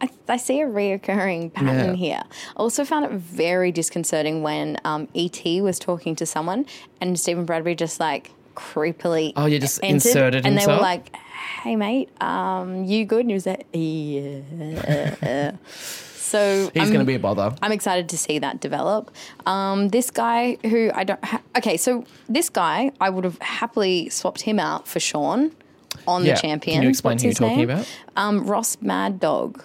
[SPEAKER 2] I, I see a reoccurring pattern
[SPEAKER 1] Yeah.
[SPEAKER 2] here. I also found it very disconcerting when um, ET was talking to someone and Stephen Bradbury just like creepily
[SPEAKER 1] Oh, yeah, just
[SPEAKER 2] entered,
[SPEAKER 1] inserted
[SPEAKER 2] and they were
[SPEAKER 1] himself?
[SPEAKER 2] like, "Hey, mate, um, you good?" And he was like,
[SPEAKER 1] [LAUGHS]
[SPEAKER 2] "Yeah." so
[SPEAKER 1] He's
[SPEAKER 2] I'm- um,
[SPEAKER 1] going to be a bother.
[SPEAKER 2] I'm excited to see that develop. Um, this guy who I don't. Ha- okay, so this guy I would have happily swapped him out for Sean on
[SPEAKER 1] Yeah.
[SPEAKER 2] the champion.
[SPEAKER 1] Can you explain
[SPEAKER 2] What's
[SPEAKER 1] who you're
[SPEAKER 2] his
[SPEAKER 1] talking
[SPEAKER 2] name?
[SPEAKER 1] about? Hmm.
[SPEAKER 2] Um, Ross Mad Dog.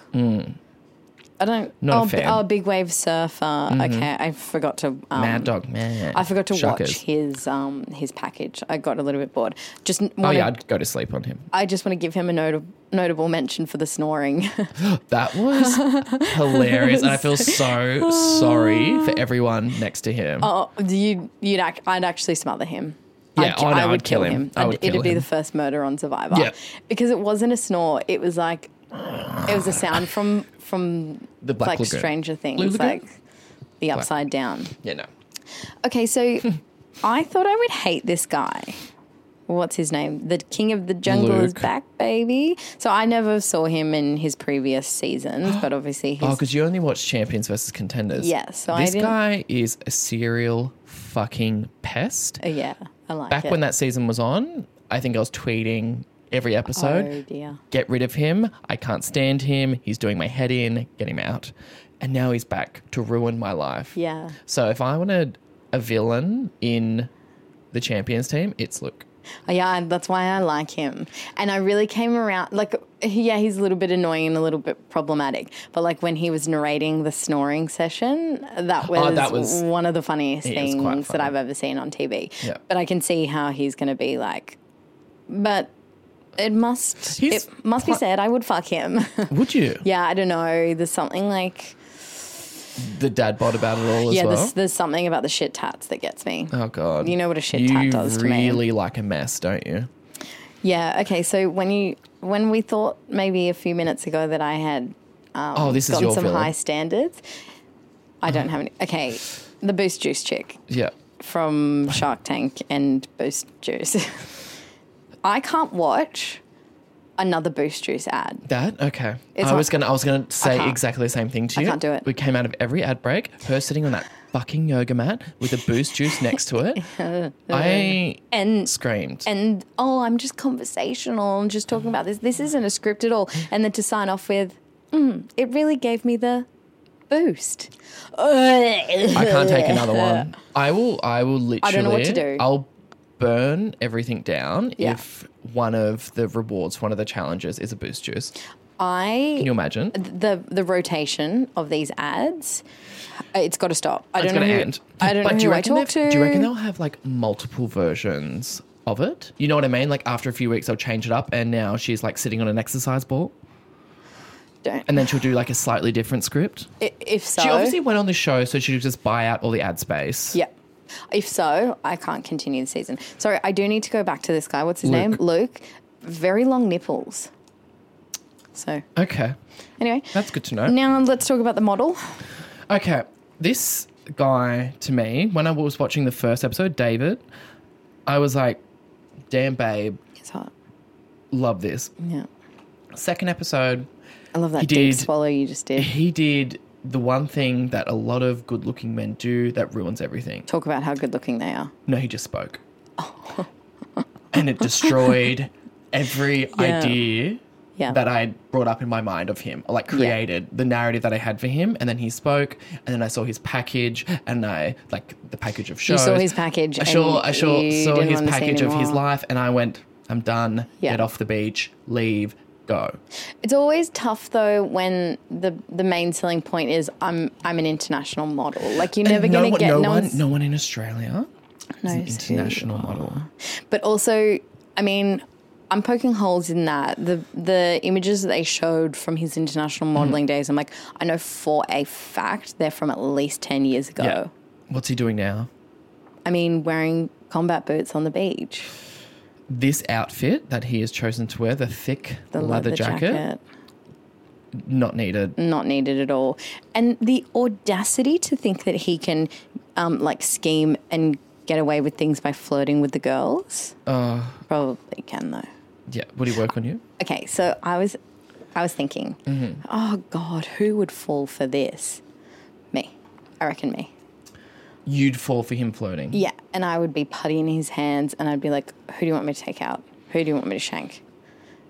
[SPEAKER 2] I don't.
[SPEAKER 1] Not a
[SPEAKER 2] oh,
[SPEAKER 1] fan. Mm-hmm.
[SPEAKER 2] oh, big wave surfer. Okay, I forgot to. Um,
[SPEAKER 1] Mad dog, man.
[SPEAKER 2] I forgot to
[SPEAKER 1] Shuckers.
[SPEAKER 2] watch his um, his package. I got a little bit bored. Just want
[SPEAKER 1] Oh yeah, I'd go to sleep on him.
[SPEAKER 2] I just want to give him a notable notable mention for the snoring. [LAUGHS]
[SPEAKER 1] That was hilarious, and I feel so sorry for everyone next to him.
[SPEAKER 2] Oh, you, you'd act, I'd actually smother him.
[SPEAKER 1] Yeah,
[SPEAKER 2] I'd,
[SPEAKER 1] oh, no,
[SPEAKER 2] I would
[SPEAKER 1] I'd kill him. I
[SPEAKER 2] I'd-
[SPEAKER 1] would
[SPEAKER 2] it'd
[SPEAKER 1] kill
[SPEAKER 2] be
[SPEAKER 1] him.
[SPEAKER 2] the first murder on Survivor.
[SPEAKER 1] Yeah.
[SPEAKER 2] Because it wasn't a snore. It was like, it was a sound from from
[SPEAKER 1] The Black
[SPEAKER 2] like
[SPEAKER 1] Lagoon.
[SPEAKER 2] Stranger
[SPEAKER 1] Blue
[SPEAKER 2] Things,
[SPEAKER 1] Lagoon?
[SPEAKER 2] like the upside down.
[SPEAKER 1] yeah, no.
[SPEAKER 2] Okay, so [LAUGHS] I thought I would hate this guy. What's his name? The King of the Jungle is
[SPEAKER 1] Luke.
[SPEAKER 2] back, baby. So I never saw him in his previous seasons, but obviously he's
[SPEAKER 1] Oh, [GASPS] because you only watch champions versus contenders.
[SPEAKER 2] Yeah, so I
[SPEAKER 1] this
[SPEAKER 2] didn't-
[SPEAKER 1] guy is a serial fucking pest.
[SPEAKER 2] yeah. I like
[SPEAKER 1] Back
[SPEAKER 2] it.
[SPEAKER 1] when that season was on, I think I was tweeting every episode.
[SPEAKER 2] oh dear.
[SPEAKER 1] Get rid of him. I can't stand him. He's doing my head in. Get him out. And now he's back to ruin my life.
[SPEAKER 2] Yeah.
[SPEAKER 1] So if I wanted a villain in the champions team, it's
[SPEAKER 2] [LAUGHS]
[SPEAKER 1] Luke.
[SPEAKER 2] Yeah, and that's why I like him. And I really came around, like, yeah, he's a little bit annoying and a little bit problematic. But, like, when he was narrating the snoring session, that was,
[SPEAKER 1] Oh, that was-
[SPEAKER 2] one of the funniest
[SPEAKER 1] It was
[SPEAKER 2] things
[SPEAKER 1] quite
[SPEAKER 2] that
[SPEAKER 1] funny.
[SPEAKER 2] I've ever seen on TV.
[SPEAKER 1] Yeah.
[SPEAKER 2] But I can see how he's going to be like, but it must,
[SPEAKER 1] He's
[SPEAKER 2] it must be
[SPEAKER 1] quite-
[SPEAKER 2] said, I would fuck him. [LAUGHS]
[SPEAKER 1] Would you?
[SPEAKER 2] yeah, I don't know. There's something like,
[SPEAKER 1] The dad bod about it all as
[SPEAKER 2] yeah,
[SPEAKER 1] well.
[SPEAKER 2] there's, there's something about the shit tats that gets me.
[SPEAKER 1] Oh god.
[SPEAKER 2] You know what a shit tat does to me.
[SPEAKER 1] You really like a mess, don't you?
[SPEAKER 2] Yeah. Okay. So when you when we thought maybe a few minutes ago that I had
[SPEAKER 1] oh, this is
[SPEAKER 2] gotten
[SPEAKER 1] your
[SPEAKER 2] some
[SPEAKER 1] villain.
[SPEAKER 2] high standards, I don't have any. Okay, the Boost Juice chick
[SPEAKER 1] Yeah.
[SPEAKER 2] from Shark Tank and Boost Juice. [LAUGHS] I can't watch another Boost Juice ad.
[SPEAKER 1] That okay.
[SPEAKER 2] It's
[SPEAKER 1] I
[SPEAKER 2] not-
[SPEAKER 1] was gonna. I was gonna say
[SPEAKER 2] can't.
[SPEAKER 1] exactly the same thing to
[SPEAKER 2] I
[SPEAKER 1] you.
[SPEAKER 2] can't do it.
[SPEAKER 1] We came out of every ad break. Her sitting on
[SPEAKER 2] [LAUGHS]
[SPEAKER 1] that fucking yoga mat with a boost juice next to it. I
[SPEAKER 2] And
[SPEAKER 1] screamed.
[SPEAKER 2] and oh, I'm just conversational. I'm just talking about this. This isn't a script at all. And then to sign off with, mm, it really gave me the boost.
[SPEAKER 1] I can't take another one. I will. I will literally.
[SPEAKER 2] don't know what to do.
[SPEAKER 1] I'll burn everything down
[SPEAKER 2] Yeah.
[SPEAKER 1] if one of the rewards, one of the challenges, is a boost juice.
[SPEAKER 2] I
[SPEAKER 1] Can you imagine?
[SPEAKER 2] the the rotation of these ads, uh, it's got to stop. I
[SPEAKER 1] it's
[SPEAKER 2] don't know.
[SPEAKER 1] going to
[SPEAKER 2] Who,
[SPEAKER 1] end.
[SPEAKER 2] I don't know
[SPEAKER 1] do you
[SPEAKER 2] who I
[SPEAKER 1] reckon
[SPEAKER 2] talk
[SPEAKER 1] they've-
[SPEAKER 2] to.
[SPEAKER 1] Do you reckon they'll have like multiple versions of it? You know what I mean? Like after a few weeks, they'll change it up, and now she's like sitting on an exercise ball,
[SPEAKER 2] Don't-
[SPEAKER 1] and then she'll do like a slightly different script.
[SPEAKER 2] I- if so,
[SPEAKER 1] She obviously went on the show, so she could just buy out all the ad space.
[SPEAKER 2] yeah. If so, I can't continue the season. Sorry, I do need to go back to this guy. What's his
[SPEAKER 1] Luke.
[SPEAKER 2] name? Luke. Very long nipples. So
[SPEAKER 1] Okay,
[SPEAKER 2] anyway,
[SPEAKER 1] that's good to know.
[SPEAKER 2] now let's talk about the model.
[SPEAKER 1] Okay, this guy to me, when I was watching the first episode, David, I was like, "Damn, babe,
[SPEAKER 2] It's hot.
[SPEAKER 1] love this."
[SPEAKER 2] Yeah,
[SPEAKER 1] Second episode,
[SPEAKER 2] I love that
[SPEAKER 1] He
[SPEAKER 2] deep
[SPEAKER 1] did-
[SPEAKER 2] swallow you just did.
[SPEAKER 1] he did the one thing that a lot of good-looking men do that ruins everything.
[SPEAKER 2] Talk about how good looking they are.
[SPEAKER 1] No, he just
[SPEAKER 2] [LAUGHS]
[SPEAKER 1] spoke. and it destroyed every idea
[SPEAKER 2] Yeah.
[SPEAKER 1] that I had brought up in my mind of him, or like created the narrative that I had for him. And then he spoke, and then I saw his package, and I like the package of shows.
[SPEAKER 2] saw his package
[SPEAKER 1] I saw,
[SPEAKER 2] and
[SPEAKER 1] I saw,
[SPEAKER 2] you
[SPEAKER 1] saw
[SPEAKER 2] didn't
[SPEAKER 1] his
[SPEAKER 2] wanna see
[SPEAKER 1] package of his
[SPEAKER 2] anymore.
[SPEAKER 1] life, and I went, I'm done.
[SPEAKER 2] Yeah.
[SPEAKER 1] Get off the beach. Leave. Go.
[SPEAKER 2] It's always tough though when the the main selling point is I'm I'm an international model. Like you're never
[SPEAKER 1] no
[SPEAKER 2] gonna
[SPEAKER 1] one,
[SPEAKER 2] get
[SPEAKER 1] no, one,
[SPEAKER 2] one's-
[SPEAKER 1] no one in Australia
[SPEAKER 2] knows who-
[SPEAKER 1] international model.
[SPEAKER 2] But also, I mean, I'm poking holes in that. The the images that they showed from his international
[SPEAKER 1] Mm-hmm.
[SPEAKER 2] modeling days, I'm like, I know for a fact they're from at least ten years ago.
[SPEAKER 1] Yeah. Uh, What's he doing now?
[SPEAKER 2] I mean, wearing combat boots on the beach,
[SPEAKER 1] This outfit that he has chosen to wear, the thick
[SPEAKER 2] the
[SPEAKER 1] leather, jacket, not needed.
[SPEAKER 2] not needed at all, and the audacity to think that he can, um, like, scheme and get away with things by flirting with the girls.
[SPEAKER 1] Uh.
[SPEAKER 2] Probably can though.
[SPEAKER 1] Yeah. Would he work on you?
[SPEAKER 2] okay so i was i was thinking
[SPEAKER 1] Mm-hmm.
[SPEAKER 2] oh god who would fall for this me i reckon me
[SPEAKER 1] You'd fall for him flirting.
[SPEAKER 2] yeah and i would be putty in his hands and i'd be like who do you want me to take out who do you want me to shank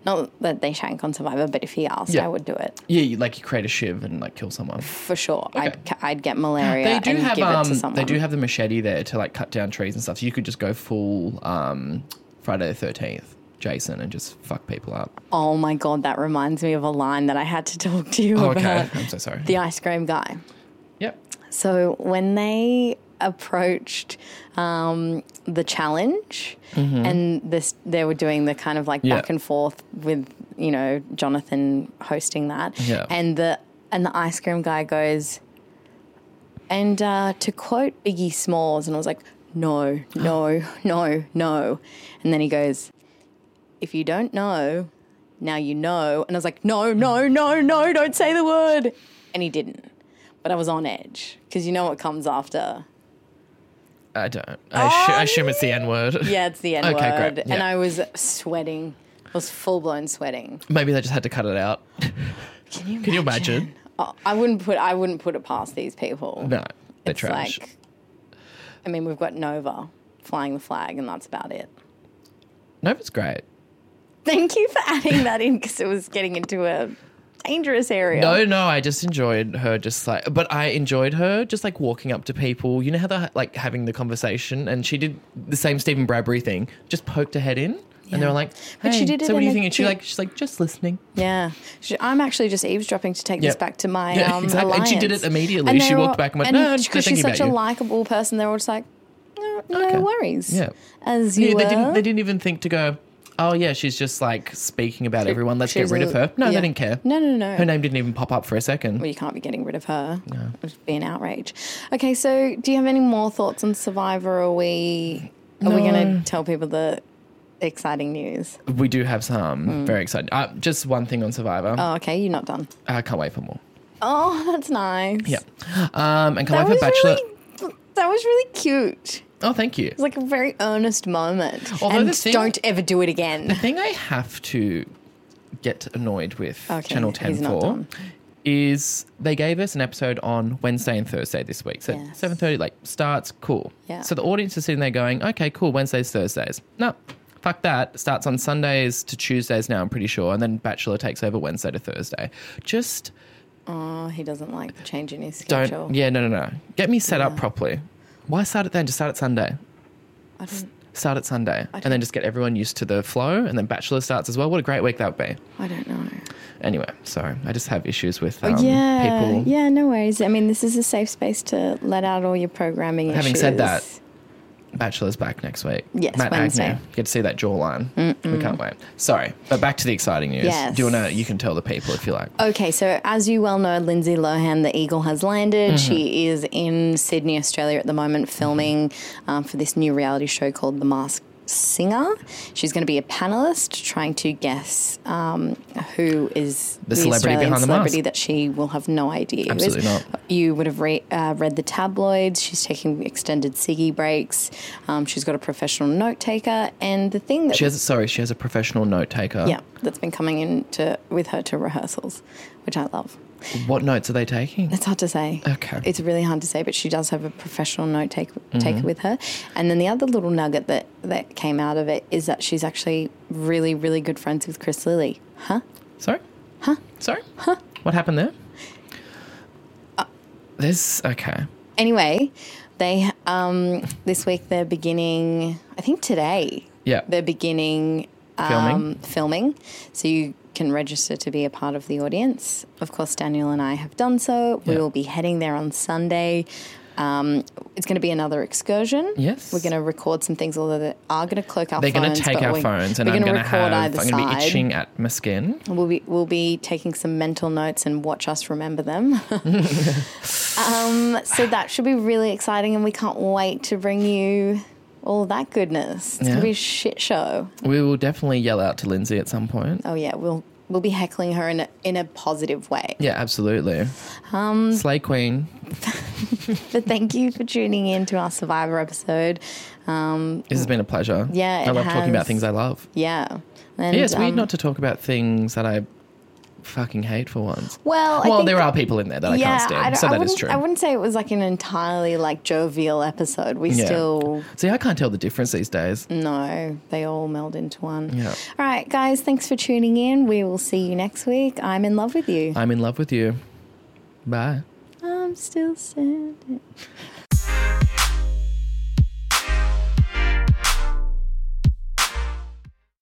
[SPEAKER 2] not that they shank on survivor but if he asked
[SPEAKER 1] Yeah.
[SPEAKER 2] i would do it
[SPEAKER 1] Yeah, you, like you create a shiv and like kill someone.
[SPEAKER 2] for sure I'd, ca- I'd get malaria
[SPEAKER 1] They do
[SPEAKER 2] and
[SPEAKER 1] have
[SPEAKER 2] give
[SPEAKER 1] um,
[SPEAKER 2] it to someone
[SPEAKER 1] they do have the machete there to like cut down trees and stuff. So you could just go full um, Friday the Thirteenth, Jason, and just fuck people up.
[SPEAKER 2] oh my god that reminds me of a line that i had to [LAUGHS] talk to you
[SPEAKER 1] Oh,
[SPEAKER 2] about
[SPEAKER 1] okay, I'm so sorry.
[SPEAKER 2] the ice cream guy
[SPEAKER 1] yep.
[SPEAKER 2] So when they approached um, the challenge, and this they were doing the kind of like
[SPEAKER 1] Mm-hmm. Yeah.
[SPEAKER 2] back and forth with you know Jonathan hosting that,
[SPEAKER 1] Yeah.
[SPEAKER 2] and the and the ice cream guy goes, and uh, to quote Biggie Smalls, and I was like, no, no, no, no, and then he goes, if you don't know, now you know, and I was like, no, no, no, no, don't say the word, and he didn't but I was on edge because you know what comes after.
[SPEAKER 1] I don't. I, assu- I assume it's the N word.
[SPEAKER 2] Yeah, it's the N
[SPEAKER 1] Okay,
[SPEAKER 2] word,
[SPEAKER 1] great.
[SPEAKER 2] and
[SPEAKER 1] Yeah.
[SPEAKER 2] I was sweating. I was full blown sweating.
[SPEAKER 1] [LAUGHS] Maybe they just had to cut it out.
[SPEAKER 2] Can you?
[SPEAKER 1] Can you imagine?
[SPEAKER 2] Oh, I wouldn't put. I wouldn't put it past these people.
[SPEAKER 1] No, they're
[SPEAKER 2] it's
[SPEAKER 1] trash.
[SPEAKER 2] like, I mean, we've got Nova flying the flag, and that's about it. [LAUGHS]
[SPEAKER 1] Nova's great.
[SPEAKER 2] Thank you for adding that in because it was getting into a dangerous area.
[SPEAKER 1] No, no, I just enjoyed her just like, but I enjoyed her just like walking up to people. You know how they're like having the conversation, and she did the same Stephen Bradbury thing, just poked her head in, and they were like, hey,
[SPEAKER 2] But she did it
[SPEAKER 1] so what do
[SPEAKER 2] in
[SPEAKER 1] you
[SPEAKER 2] a
[SPEAKER 1] think? And she
[SPEAKER 2] cute-
[SPEAKER 1] like, she's like, just listening.
[SPEAKER 2] Yeah, Sh I'm actually just eavesdropping to take this
[SPEAKER 1] Yeah.
[SPEAKER 2] back to my
[SPEAKER 1] [LAUGHS] Yeah,
[SPEAKER 2] um,
[SPEAKER 1] exactly. And she did
[SPEAKER 2] alliance.
[SPEAKER 1] it immediately.
[SPEAKER 2] they
[SPEAKER 1] She
[SPEAKER 2] were
[SPEAKER 1] walked
[SPEAKER 2] all-
[SPEAKER 1] back and went,
[SPEAKER 2] and
[SPEAKER 1] "No, they're
[SPEAKER 2] because
[SPEAKER 1] thinking
[SPEAKER 2] she's such a
[SPEAKER 1] about you."
[SPEAKER 2] likable person, they're all just like, no, no
[SPEAKER 1] Okay.
[SPEAKER 2] worries.
[SPEAKER 1] Yeah.
[SPEAKER 2] as you
[SPEAKER 1] Yeah,
[SPEAKER 2] were.
[SPEAKER 1] they didn't. They didn't even think to go. Oh yeah, she's just like speaking about everyone. Let's get
[SPEAKER 2] she's
[SPEAKER 1] rid
[SPEAKER 2] a-
[SPEAKER 1] of her. No,
[SPEAKER 2] yeah.
[SPEAKER 1] they didn't care.
[SPEAKER 2] No, no, no.
[SPEAKER 1] Her name didn't even pop up for a second.
[SPEAKER 2] well, you can't be getting rid of her. No. It would be an outrage. Okay, so do you have any more thoughts on Survivor? Are we are we going to tell people the exciting news?
[SPEAKER 1] We do have some very exciting. Uh, just one thing on Survivor.
[SPEAKER 2] Hmm. Oh, okay, you're not done.
[SPEAKER 1] I can't wait for more.
[SPEAKER 2] Oh, [LAUGHS] that's nice.
[SPEAKER 1] Yeah, um, and can't
[SPEAKER 2] that
[SPEAKER 1] wait
[SPEAKER 2] was
[SPEAKER 1] for Bachelor.
[SPEAKER 2] really that was really cute.
[SPEAKER 1] Oh, thank you.
[SPEAKER 2] It's like a very earnest moment.
[SPEAKER 1] Although
[SPEAKER 2] and
[SPEAKER 1] the thing-
[SPEAKER 2] don't ever do it again. [LAUGHS]
[SPEAKER 1] thing I have to get annoyed with
[SPEAKER 2] Okay,
[SPEAKER 1] Channel 10
[SPEAKER 2] he's not
[SPEAKER 1] for
[SPEAKER 2] done.
[SPEAKER 1] is they gave us an episode on Wednesday and Thursday this week. So
[SPEAKER 2] Yes.
[SPEAKER 1] 7.30, like, starts, cool.
[SPEAKER 2] Yeah.
[SPEAKER 1] So the audience is sitting there going, okay, cool, Wednesdays, Thursdays. No, fuck that. It starts on Sundays to Tuesdays now, I'm pretty sure. And then Bachelor takes over Wednesday to Thursday. Just
[SPEAKER 2] Oh, he doesn't like the change in his
[SPEAKER 1] don't,
[SPEAKER 2] schedule.
[SPEAKER 1] yeah, no, no, no. Get me set up properly. Why start it then? Just start at Sunday.
[SPEAKER 2] I don't.
[SPEAKER 1] Start at Sunday. And then just get everyone used to the flow. And then Bachelor starts as well. What a great week that would be.
[SPEAKER 2] I don't know.
[SPEAKER 1] Anyway, sorry. I just have issues with um,
[SPEAKER 2] Oh, yeah,
[SPEAKER 1] people.
[SPEAKER 2] yeah. No worries. I mean, this is a safe space to let out all your programming.
[SPEAKER 1] Having
[SPEAKER 2] issues.
[SPEAKER 1] said that, Bachelor's back next week.
[SPEAKER 2] Yes,
[SPEAKER 1] Matt
[SPEAKER 2] Wednesday.
[SPEAKER 1] Agnew. Get to see that jawline. We can't wait. Sorry, but back to the exciting news.
[SPEAKER 2] Yes.
[SPEAKER 1] Do you want to? You can tell the people if you like.
[SPEAKER 2] Okay, so as you well know, Lindsay Lohan, the Eagle, has landed.
[SPEAKER 1] Mm-hmm.
[SPEAKER 2] She is in Sydney, Australia at the moment, filming um, for this new reality show called The Masked Singer. She's going to be a panelist trying to guess um, who is
[SPEAKER 1] The celebrity
[SPEAKER 2] Australian
[SPEAKER 1] behind the mask.
[SPEAKER 2] celebrity that she will have no idea. who is.
[SPEAKER 1] Absolutely not.
[SPEAKER 2] You would have re- uh, read the tabloids. She's taking extended Siggy breaks. Um, she's got a professional note taker, and the thing that
[SPEAKER 1] She has. Sorry, she has a professional note taker.
[SPEAKER 2] yeah, that's been coming in to with her to rehearsals, which I love.
[SPEAKER 1] What notes are they taking?
[SPEAKER 2] It's hard to say.
[SPEAKER 1] Okay.
[SPEAKER 2] It's really hard to say, but she does have a professional note take,
[SPEAKER 1] Mm-hmm.
[SPEAKER 2] taker with her. And then the other little nugget that, that came out of it is that she's actually really, really good friends with Chris Lilly. Huh?
[SPEAKER 1] Sorry. Huh? Sorry. Huh? What happened there?
[SPEAKER 2] Uh,
[SPEAKER 1] There's okay.
[SPEAKER 2] Anyway, they um, this week they're beginning, I think today,
[SPEAKER 1] Yeah.
[SPEAKER 2] they're beginning
[SPEAKER 1] Filming?
[SPEAKER 2] um, filming. So you can register to be a part of the audience. Of course, Daniel and I have done so. We
[SPEAKER 1] Yeah.
[SPEAKER 2] will be heading there on Sunday. Um, it's going to be another excursion.
[SPEAKER 1] Yes.
[SPEAKER 2] We're going to record some things, although they are going to cloak our
[SPEAKER 1] They're going
[SPEAKER 2] phones.
[SPEAKER 1] to take
[SPEAKER 2] but
[SPEAKER 1] our
[SPEAKER 2] we-
[SPEAKER 1] phones, and
[SPEAKER 2] we're
[SPEAKER 1] I'm
[SPEAKER 2] gonna
[SPEAKER 1] going to have.
[SPEAKER 2] record
[SPEAKER 1] I'm
[SPEAKER 2] either
[SPEAKER 1] going to be
[SPEAKER 2] side.
[SPEAKER 1] itching at my skin.
[SPEAKER 2] We'll be we'll be taking some mental notes and watch us remember them. [LAUGHS] um, so that should be really exciting, and we can't wait to bring you all that goodness. It's
[SPEAKER 1] Yeah.
[SPEAKER 2] gonna be a shit show.
[SPEAKER 1] We will definitely yell out to Lindsay at some point.
[SPEAKER 2] Oh yeah, we'll we'll be heckling her in a, in a positive way.
[SPEAKER 1] Yeah, absolutely. Um, Slay Queen.
[SPEAKER 2] But thank you for tuning in to our Survivor episode. Um,
[SPEAKER 1] This has been a pleasure.
[SPEAKER 2] Yeah,
[SPEAKER 1] I
[SPEAKER 2] it
[SPEAKER 1] love talking about
[SPEAKER 2] has.
[SPEAKER 1] things I love.
[SPEAKER 2] yeah, and
[SPEAKER 1] Yeah, it's weird
[SPEAKER 2] um,
[SPEAKER 1] not to talk about things that I fucking hate for once.
[SPEAKER 2] Well, I
[SPEAKER 1] well,
[SPEAKER 2] think-
[SPEAKER 1] there are people in there that I can't stand,
[SPEAKER 2] don't-
[SPEAKER 1] so that is
[SPEAKER 2] wouldn't-
[SPEAKER 1] true.
[SPEAKER 2] I wouldn't say it was like an entirely like jovial episode. We
[SPEAKER 1] Yeah.
[SPEAKER 2] still Mm.
[SPEAKER 1] See, I can't tell the difference these days.
[SPEAKER 2] No, they all meld into one.
[SPEAKER 1] Yeah.
[SPEAKER 2] All right, guys, thanks for tuning in. We will see you next week. I'm in love with you.
[SPEAKER 1] I'm in love with you. Bye.
[SPEAKER 2] I'm still standing.